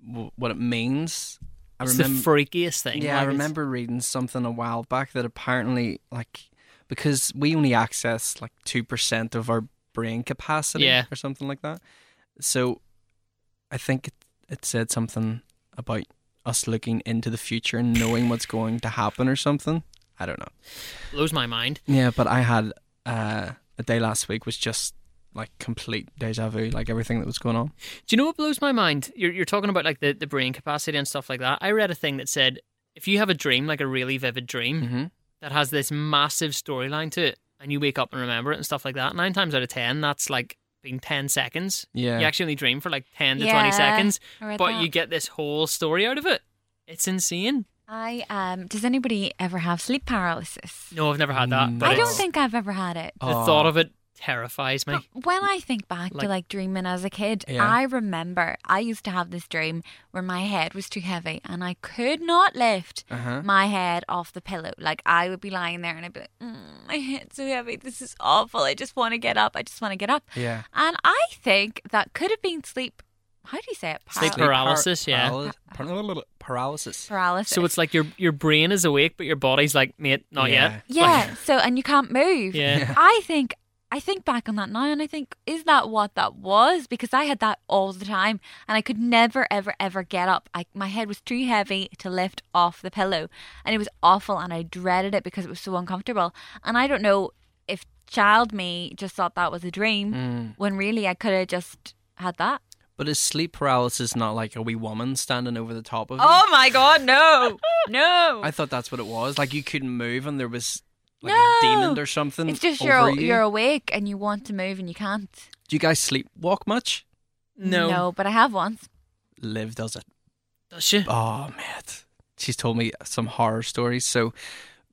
wh- what it means. I
It's
remember.
the freakiest thing.
yeah,
like,
I
it's-
remember reading something a while back that apparently, like, because we only access like two percent of our brain capacity,
Yeah.
or something like that. So, I think it, it said something about us looking into the future and knowing what's going to happen, or something. I don't know.
blows my mind.
Yeah, but I had uh, a day last week was just like complete deja vu, like everything that was going on.
Do you know what blows my mind? You're, you're talking about like the, the brain capacity and stuff like that. I read a thing that said if you have a dream, like a really vivid dream
Mm-hmm.
that has this massive storyline to it, and you wake up and remember it and stuff like that, nine times out of ten, that's like being ten seconds.
Yeah,
You actually only dream for like ten to
Yeah,
twenty seconds,
I read
but
that.
you get this whole story out of it. It's insane.
I um. Does anybody ever have sleep paralysis?
No, I've never had
Mm,
that. But
I don't
it's- Oh,
think I've ever had it.
the thought of it terrifies me.
But when I think back
Like-
to like dreaming as a kid,
Yeah.
I remember I used to have this dream where my head was too heavy and I could not lift
Uh-huh.
my head off the pillow. Like I would be lying there and I'd be like, mm, my head's so heavy. This is awful. I just want to get up. I just want to get up.
Yeah.
And I think that could have been sleep. How do you say it?
Sleep
Paral-
paralysis, yeah.
paralysis. Paralysis.
paralysis.
So it's like your your brain is awake, but your body's like, mate, not yet.
yeah. so and you can't move.
Yeah.
I think I think back on that now and I think, is that what that was? Because I had that all the time and I could never, ever, ever get up. I, my head was too heavy to lift off the pillow and it was awful and I dreaded it because it was so uncomfortable. And I don't know
Mm.
if child me just thought that was a dream when really I could have just had that.
But is sleep paralysis not like a wee woman standing over the top of you?
Oh my god, no, *laughs* no.
I thought that's what it was. Like you couldn't move and there was like
No.
a demon or something.
it's just
over
you're
you.
you're awake and you want to move and you can't.
Do you guys sleepwalk much?
No.
no, but I have once.
Liv does it.
Does she?
Oh, mate. She's told me some horror stories. So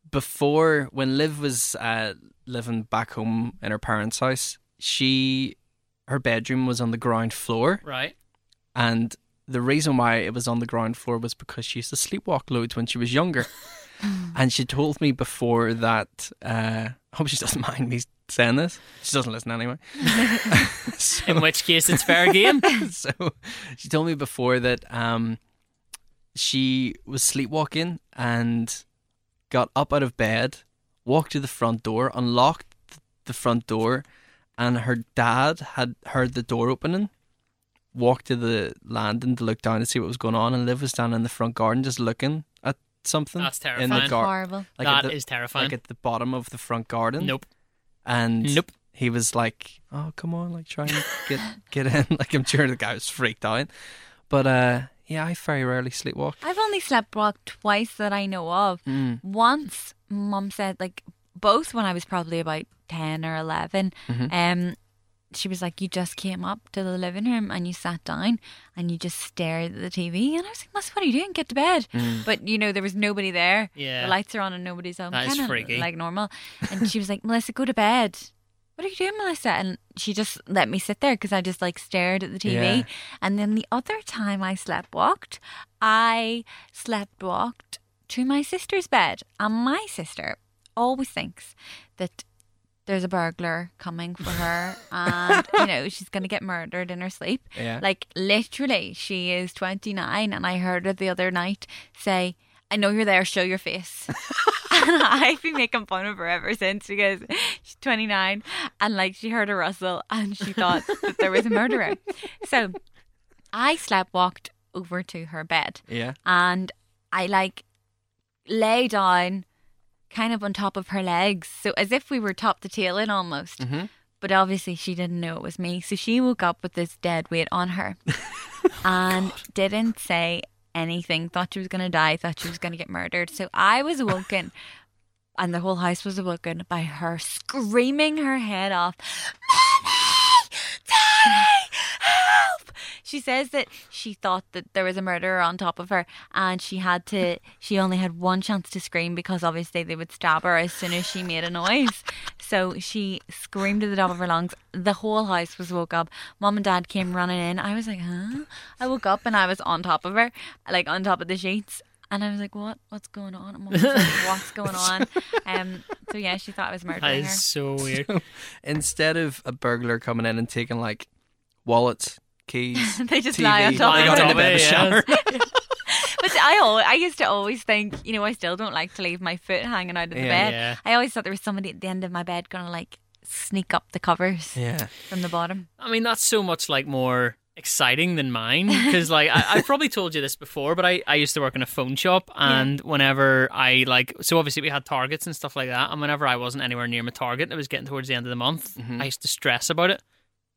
before, when Liv was uh, living back home in her parents' house, she, her bedroom was on the ground floor. *laughs*
Right.
And the reason why it was on the ground floor was because she used to sleepwalk loads when she was younger. and she told me before that, uh, I hope she doesn't *laughs* mind me saying this. She doesn't listen anyway. so,
In which case, it's fair
*laughs*
game.
so she told me before that um, she was sleepwalking and got up out of bed, walked to the front door, unlocked the front door, and her dad had heard the door opening. Walked to the landing to look down to see what was going on, and Liv was standing in the front garden just looking at something.
That's
In the
terrifying.
gar-
Horrible.
That is
at the,
terrifying.
like at the bottom of the front garden
nope.
and
Nope.
he was like, "Oh, come on, like try and
*laughs*
get get in." Like I'm sure the guy was freaked out, but uh, yeah, I very rarely sleepwalk.
I've only slept walked twice that I know of. Once, mum said, like, both when I was probably about 10 or 11, um, she was like, You just came up to the living room and you sat down and you just stared at the TV. And I was like, That's what are you doing? Get to bed. But, you know, there was nobody there.
Yeah.
The lights are on and nobody's home.
That is
Kinda
freaky.
Like normal. And she was like, Melissa, go to bed. What are you doing, Melissa? And she just let me sit there because I just like stared at the TV.
Yeah.
And then the other time I slept walked, I slept walked to my sister's bed. And my sister always thinks that there's a burglar coming
*laughs*
for her and, you know, she's going to get murdered in her sleep.
Yeah.
Like, literally, she is 29. And I heard her the other night say, I know you're there, show your face. And I've been making fun of her ever since because she's 29 and like she heard a rustle and she thought that there was a murderer. So I sleptwalked over to her bed
Yeah,
and I like lay down kind of on top of her legs. So as if we were top to tail in almost. But obviously she didn't know it was me. So she woke up with this dead weight on her and didn't say anything. Thought she was going to die, thought she was going to get murdered. So I was awoken. And the whole house was awoken by her screaming her head off. Daddy, help! She says that she thought that there was a murderer on top of her, and she had to. She only had one chance to scream because obviously they would stab her as soon as she made a noise. So she screamed at the top of her lungs. The whole house was woke up. Mom and Dad came running in. I was like, huh? I woke up and I was on top of her, like on top of the sheets. And I was like, "What? What's going on?" And Mum was like,
*laughs*
"What's going on?" Um. So yeah, she thought I was
That
murdering her.
is so
*laughs*
weird.
instead of a burglar coming in and taking like wallets, keys,
*laughs*
*laughs*
They just
TV,
lie on top
they
of
got
it.
in a bit of
Yeah.
shower.
*laughs* But I always, I used to always think, you know, I still don't like to leave my foot hanging out of the
Yeah.
bed.
Yeah.
I always thought there was somebody at the end of my bed going to like sneak up the covers
Yeah,
from the bottom.
I mean, that's so much like more exciting than mine because like I, I probably told you this before but I, I used to work in a phone shop and whenever I like so obviously we had targets and stuff like that and whenever I wasn't anywhere near my target and it was getting towards the end of the month
Mm-hmm.
I used to stress about it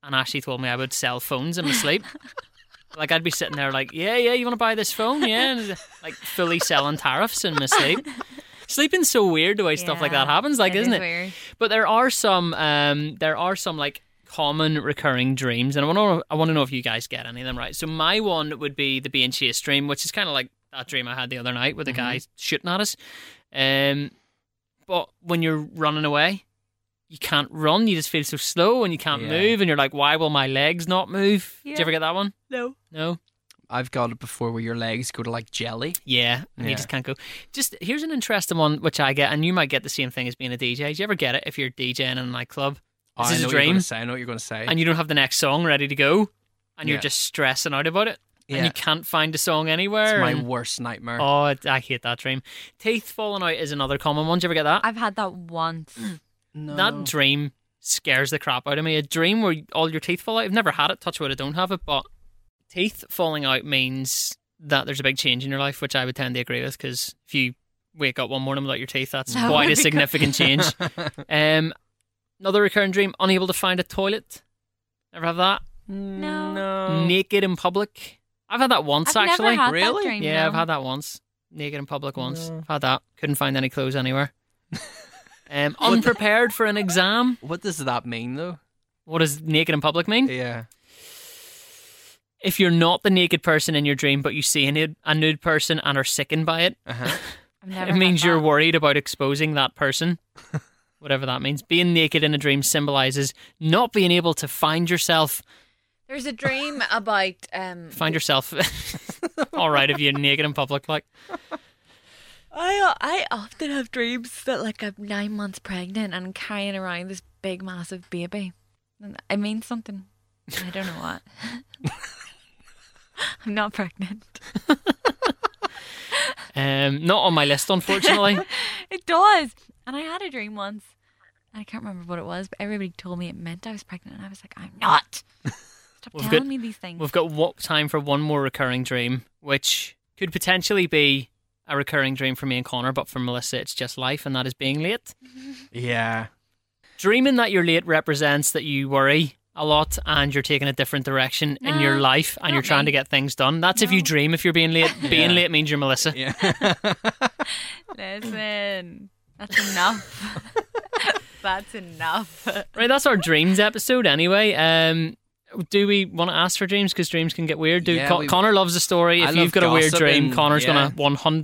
and Ashley told me I would sell phones in my
*laughs*
sleep like I'd be sitting there like yeah yeah you want to buy this phone yeah and, like fully selling tariffs in my
*laughs*
sleep sleeping's so weird the way stuff like
Yeah,
that happens like
It
isn't
is
it
Weird.
but there are some, um, there are some like common recurring dreams, and I want to, I want to know if you guys get any of them right. So my one would be the being chased dream, which is kind of like that dream I had the other night
Mm-hmm.
with the guy shooting at us. Um, but when you're running away, you can't run. You just feel so slow, and you can't
Yeah.
move, and you're like, why will my legs not move? Do
Yeah.
you ever get that one?
No.
No.
I've got it before where your legs go to like jelly.
Yeah, and
Yeah.
you just can't go. Just here's an interesting one which I get, and you might get the same thing as being a DJ. Do you ever get it if you're DJing in a nightclub?
Oh,
This
I
is a
know what you're gonna
dream.
say, I know what you're going to say.
and you don't have the next song ready to go, and
Yeah.
you're just stressing out about it,
Yeah.
and you can't find a song anywhere.
it's my
and-
worst nightmare.
oh, it- I hate that dream. Teeth falling out is another common one. Do you ever get that?
I've had that once.
no.
That dream scares the crap out of me. A dream where all your teeth fall out. I've never had it. Touch wood, I don't have it. But teeth falling out means that there's a big change in your life, which I would tend to agree with because if you wake up one morning without your teeth, that's
*laughs* That
quite
would
a
be
significant
*laughs*
*laughs*
change. Um, another recurring dream: unable to find a toilet. Never have that.
No.
No.
Naked in public. I've had that once
Oh. I've
actually.
never had
Really?
that dream.
yeah,
no.
I've had that once. Naked in public once.
No.
I've had that. Couldn't find any clothes
*laughs*
anywhere. um, unprepared for an exam.
What does that
*laughs*
mean, though?
What does naked in public mean?
Yeah.
If you're not the naked person in your dream, but you see a nude, a nude person and are sickened by it, *laughs*
Uh-huh.
I've never
it means
had
you're
that.
worried about exposing that
*laughs*
person. Whatever that means. Being naked in a dream symbolizes not being able to find yourself.
There's a dream about um.
Find yourself *laughs* all right if you're naked in public. Like,
I uh, I often have dreams that like I'm nine months pregnant and I'm carrying around this big massive baby. And it means something. I don't know what. *laughs* I'm not pregnant.
um, not on my list, unfortunately.
It does. And I had a dream once. And I can't remember what it was, but everybody told me it meant I was pregnant, and I was like, I'm not. Stop
We've
telling
got-
me these things.
We've got what time for one more recurring dream, which could potentially be a recurring dream for me and Connor, but for Melissa, it's just life, and that is being late.
Yeah.
Dreaming that you're late represents that you worry a lot and you're taking a different direction in your
No,
life and you're
not
trying to
me.
get things done. That's if you
No.
dream if you're being
*laughs*
late. Being
Yeah.
late means you're Melissa.
Yeah. *laughs*
Listen, that's enough.
*laughs*
that's enough.
Right, that's our dreams episode anyway. Um, do we want to ask for dreams? Because dreams can get weird. Do
Yeah,
Con-
we-
Connor loves a story.
I
If you've
love
got a weird
gossip
dream,
and-
Connor's going
yeah.
to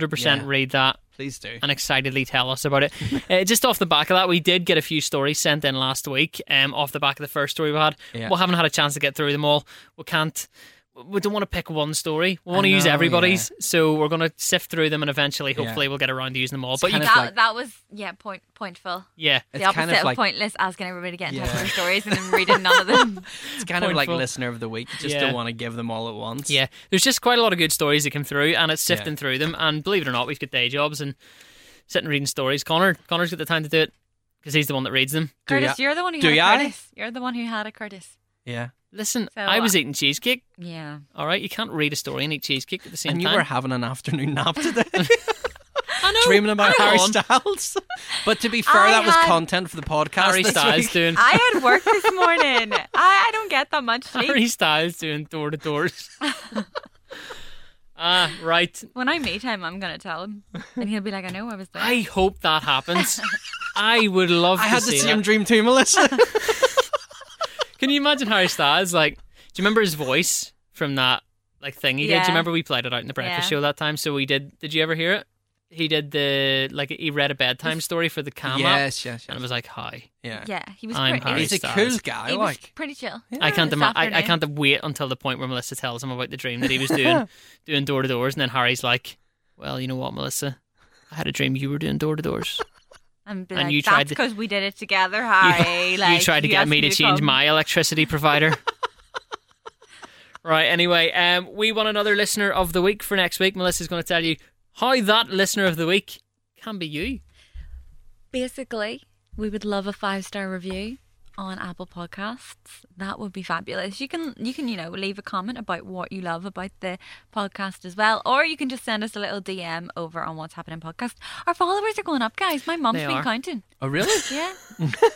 100%
Yeah.
read that.
Please do.
and excitedly tell us about
*laughs*
it. uh, just off the back of that, we did get a few stories sent in last week. Um, off the back of the first story we had,
Yeah.
we haven't had a chance to get through them all. We can't. We don't want to pick one story. We want to
I
use
know,
everybody's, so we're going to sift through them and eventually,
Yeah.
hopefully, we'll get around to using them all. but you,
kind
that,
of like-
that was yeah point pointful.
yeah,
the
It's
opposite
kind
of,
of like
pointless asking everybody to get in touch
Yeah.
with their stories and then reading none of them. *laughs*
it's kind of like
pointful.
listener of the week. You just
Yeah.
don't want to give them all at once.
yeah. There's just quite a lot of good stories that come through, and it's
Yeah.
sifting through them. And believe it or not, we've got day jobs and sitting reading stories. Connor, Connor's got the time to do it because he's the one that reads them.
Do
Curtis,
ya-
you're the one who
do
had
ya?
a Curtis. You're the one who had a Curtis.
Yeah.
Listen,
So,
I was
uh,
eating cheesecake.
Yeah.
All right, you can't read a story and eat cheesecake at the same
And you
time.
were having an afternoon *laughs* nap today,
I know,
dreaming *laughs* about
hang
Harry
on.
Styles. But to be fair,
I
that was
had-
content for the podcast.
Harry
this
Styles
week.
doing
*laughs* I had work this morning. I, I don't get that much sleep.
Harry Styles doing door to
*laughs*
doors. Ah, right.
When I meet him, I'm gonna tell him, and he'll be like, "I know I was there."
I hope that happens. I would love
I
to
had the
see
same
that.
dream too, *laughs* Melissa.
Can you imagine Harry Styles? Like, do you remember his voice from that like thing he did? Do
Yeah.
you remember we played it out in the breakfast
Yeah.
show that time? So we did. Did you ever hear it? He did the like he read a bedtime story for the cam app,
yes, yes,
and it
yes.
was like, "Hi,
Yeah.
yeah, he was
I'm
pretty.
Harry
He's a
Styles.
cool guy.
He was
like,
pretty chill.
I can't.
this
Ima- I, I
afternoon.
can't wait until the point where Melissa tells him about the dream that he was
*laughs*
doing, doing door to doors, and then Harry's like, "Well, you know what, Melissa, I had a dream you were doing door to doors.
And, be
And
like,
you tried
That's
to-
because we did it together, Harry. *laughs* like,
*laughs* you tried to get
asked
me to change
come.
my electricity
*laughs*
provider." right. Anyway, um, we want another listener of the week for next week. Melissa's going to tell you how that listener of the week can be you.
basically, we would love a five star review on Apple Podcasts. That would be fabulous. You can you can you know leave a comment about what you love about the podcast as well, or you can just send us a little DM over on What's Happening Podcast. Our followers are going up, guys. My mom's
They
been
are.
counting.
oh really?
*laughs*
Yeah,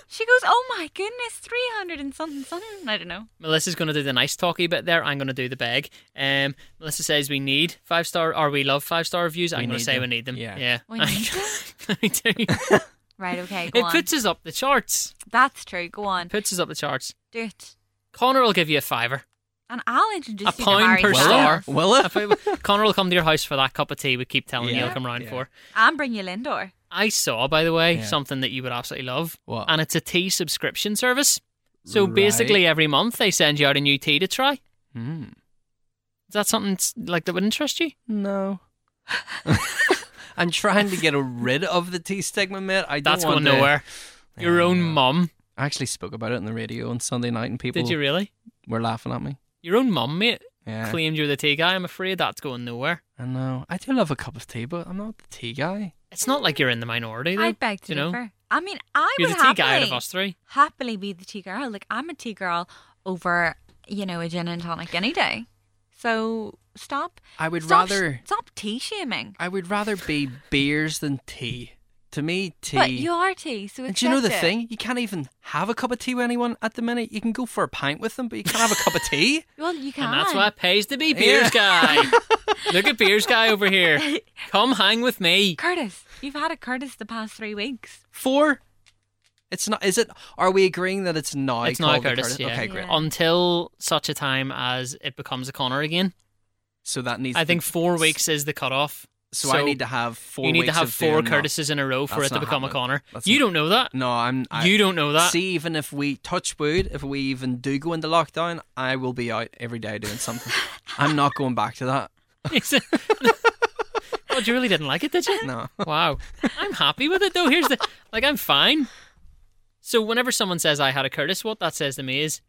she goes, "Oh my goodness, three hundred and something, something." I don't know.
Melissa's going to do the nice talky bit there. I'm going to do the beg. Um, Melissa says we need five star, or we love five star reviews. I'm going
need
to say
them.
we need them.
Yeah.
yeah. *laughs*
We need them?
we
*laughs*
do.
Right? Okay, go
It
on.
puts us up the charts.
That's true. Go on,
It puts us up the charts.
do it,
Connor will give you a fiver.
and I'll introduce
A
you
pound
to Harry
per
Will
star.
it? Will it?
If
*laughs*
I- Connor will come to your house for that cup of tea. We keep telling you
Yeah.
he'll come round
Yeah.
for.
and bring you Lindor.
I saw, by the way,
Yeah.
something that you would absolutely love,
What?
and it's a tea subscription service. So
Right.
basically, every month they send you out a new tea to try.
Hmm.
Is that something s- like that would interest you?
No. *laughs* I'm trying to get rid of the tea stigma, mate. I don't
That's
want
going
to-
nowhere. Your
Yeah, I
own
know.
mum.
I actually spoke about it on the radio on Sunday night, and people
Did you really?
were laughing at me.
Your own mum, mate,
Yeah,
claimed you're the tea guy. I'm afraid that's going nowhere.
I know. I do love a cup of tea, but I'm not the tea guy.
It's not like you're in the minority, though.
I beg to
you know?
differ. I mean, I
You're the
would
tea guy out of
happily-
us three.
happily be the tea girl. Like I'm a tea girl over, you know, a gin and tonic any day. So stop.
I would
stop,
rather.
stop tea shaming.
I would rather be beers than tea. To me, tea.
But you are tea, so
and do you know the
accept it.
thing? You can't even have a cup of tea with anyone at the minute. You can go for a pint with them, but you can't have a cup of tea.
*laughs* Well, you can.
And that's why it pays to be beers guy.
*laughs*
Look at beers guy over here. Come hang with me.
Curtis, you've had a Curtis the past three weeks.
Four. It's not. Is it? Are we agreeing that it's now?
It's not a
called the
Curtis. Yeah.
Okay, great.
Yeah.
Until such a time as it becomes a Connor again.
So that needs.
I
to-
think four weeks is the cutoff.
So, I need to have four.
you need to
weeks
have
of
four
doing that.
Curtises in a row for
That's
it to
not
become a
happening.
Connor.
That's
you
not-
don't know that.
No, I'm. *laughs* I,
you don't know that. *laughs*
See, even if we touch wood, if we even do go into lockdown, I will be out every day
*laughs*
doing something. I'm not going back to that.
well, you really didn't like it, did you?
*laughs* No.
Wow. I'm happy with it though. Here's the *laughs* like I'm fine. So whenever someone says I had a Curtis, what that says to me is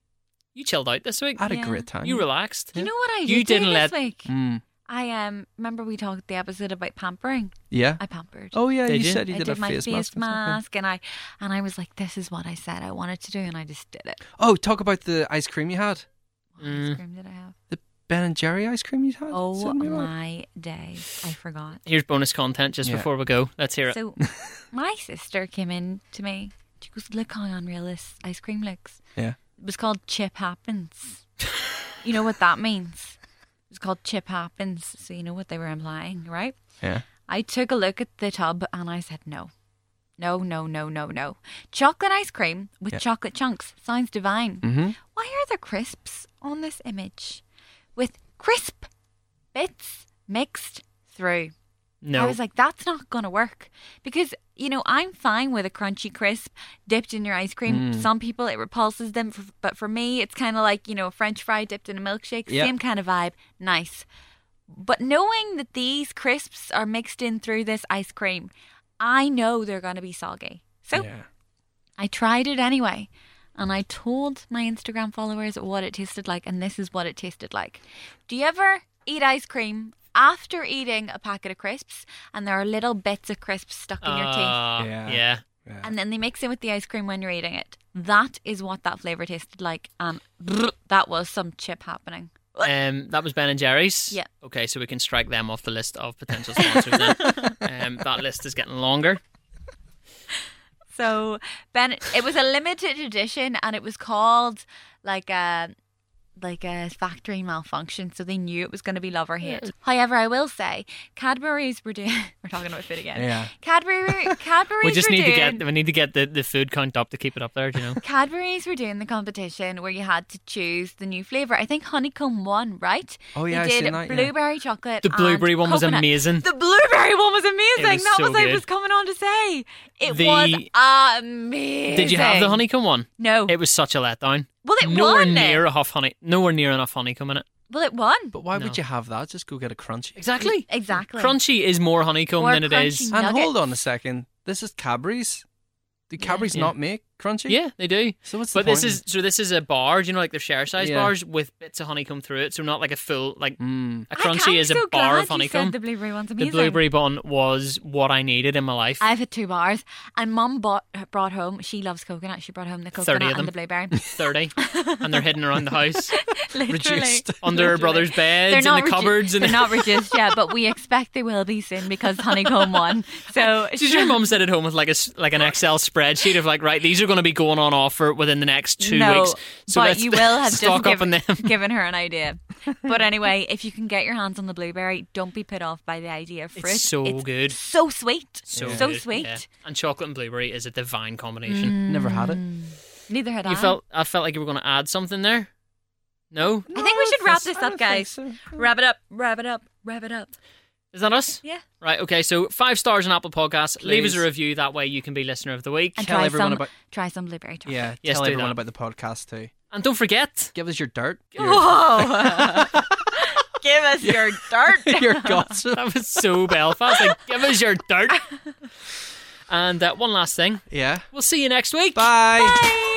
you chilled out this week.
I had
Yeah.
a great time.
You relaxed.
You know what I did
You didn't
do
let-
this week?
Mm.
I um remember we talked the episode about pampering.
Yeah.
I pampered.
Oh yeah,
Did
you,
you?
said you
I
did,
did,
a
my face
mask.
mask,
and stuff, yeah.
and I and I was like, this is what I said I wanted to do, and I just did it.
Oh, talk about the ice cream you had.
What
Mm.
ice cream did I have?
The Ben and Jerry ice cream you had.
Oh
Something like that.
my days, I forgot.
Here's bonus content just
Yeah.
before we go. Let's hear it.
So my sister came in to me. She goes, look how unreal this ice cream looks.
Yeah.
It was called Chip Happens. you know what that means? It was called Chip Happens. So you know what they were implying, right?
Yeah.
I took a look at the tub and I said no. No, no, no, no, no. Chocolate ice cream with
Yeah.
chocolate chunks sounds divine.
Mm-hmm.
Why are there crisps on this image with crisp bits mixed through?
no.
I was like, that's not going to work because, you know, I'm fine with a crunchy crisp dipped in your ice cream. Some people, it repulses them, f- but for me, it's kind of like, you know, a french fry dipped in a milkshake.
Yeah.
Same kind of vibe. Nice. But knowing that these crisps are mixed in through this ice cream, I know they're going to be soggy. So
yeah.
I tried it anyway. And I told my Instagram followers what it tasted like, and this is what it tasted like. Do you ever eat ice cream after eating a packet of crisps, and there are little bits of crisps stuck in your teeth,
Uh,
Yeah.
yeah.
Yeah.
and then they mix in with the ice cream when you're eating it? That is what that flavor tasted like, and that was some chip happening.
Um, that was Ben and Jerry's.
Yeah.
Okay, so we can strike them off the list of potential sponsors.
*laughs*
then. Um, that list is getting longer.
So Ben, it was a limited edition, and it was called like a like a factory malfunction. So they knew it was going to be love or hate. However, I will say Cadbury's were doing. *laughs* We're talking about food again.
Yeah.
*laughs*
Cadbury, Cadbury's.
we just
were
need to
doing,
get we need to get the, the food count up to keep it up there. Do you know?
*laughs* Cadbury's were doing the competition where you had to choose the new flavor. I think honeycomb won, right?
Oh, yeah, I
they did
seen that, yeah.
blueberry chocolate.
The
and
blueberry one was
coconut.
amazing.
The blueberry one was amazing.
was
that
so
was I
good.
was coming on to say it
The-
was amazing.
Did you have the honeycomb one?
No.
It was such a letdown.
Well, it
nowhere
won it.
near a half honey, nowhere near enough honeycomb in it.
Well, it won.
But why
No.
would you have that? Just go get a crunchy.
Exactly.
Exactly.
Crunchy is more honeycomb
More
than it is.
crunchy.
And
Nuggets.
hold on a second. This is Cadbury's. Do Cadbury's
yeah.
not make crunchy?
Yeah, they do.
So what's the
But this
point?
is so this is a bar. Do you know like they're share size
Yeah.
bars with bits of honeycomb through it? So not like a full like
Mm.
a
I can't-
crunchy
I'm
is
so
a bar
glad
of
you said
honeycomb.
The blueberry one's amazing.
The blueberry bun was what I needed in my life.
I've had two bars, and Mum bought brought home. She loves coconut. She brought home the
30 of
coconut
them.
and
*laughs*
the blueberry. *laughs*
Thirty, and they're hidden around the house,
Literally. *laughs*
Reduced.
under her
Literally.
brother's
They're
beds, in
not
the
redu-
cupboards. And
They're not reduced yet, but we expect they will be soon because honeycomb won. So
*laughs* Did your mum sit at home with like a s- like an
*laughs*
Excel spreadsheet of like right these are going to be going on offer within the next two
no,
weeks? So
but
let's
you will
*laughs*
have
stock
just
up on
given,
them.
*laughs* given her
*laughs*
an idea. But anyway, if you can get your hands on the blueberry, don't be put off by the idea of fruit.
so good.
so sweet,
So,
so,
good,
sweet. Mm.
yeah. And chocolate and blueberry is a divine combination.
Never had it.
Neither had I.
You felt I felt like you were going to add something there. No,
I think we should wrap this
I don't
up,
think
guys.
so.
Wrap it up. Wrap it up. Wrap it up.
is that us?
Yeah.
Right. Okay. So five stars on Apple Podcasts. Leave us a
Please.
review. That way you can be listener of the week.
And
Tell
try
everyone
some.
about-
Try some blueberry chocolate.
Yeah,
Yes,
tell
do
everyone
that.
about the podcast too.
And don't forget.
Give us your dirt.
*laughs* *laughs*
Your,
Whoa!
*laughs*
*laughs* Give us your dirt.
your
*laughs*
gossip.
That was so Belfast. Like, give us your dirt. And uh, one last thing.
Yeah.
We'll see you next week.
Bye.
Bye.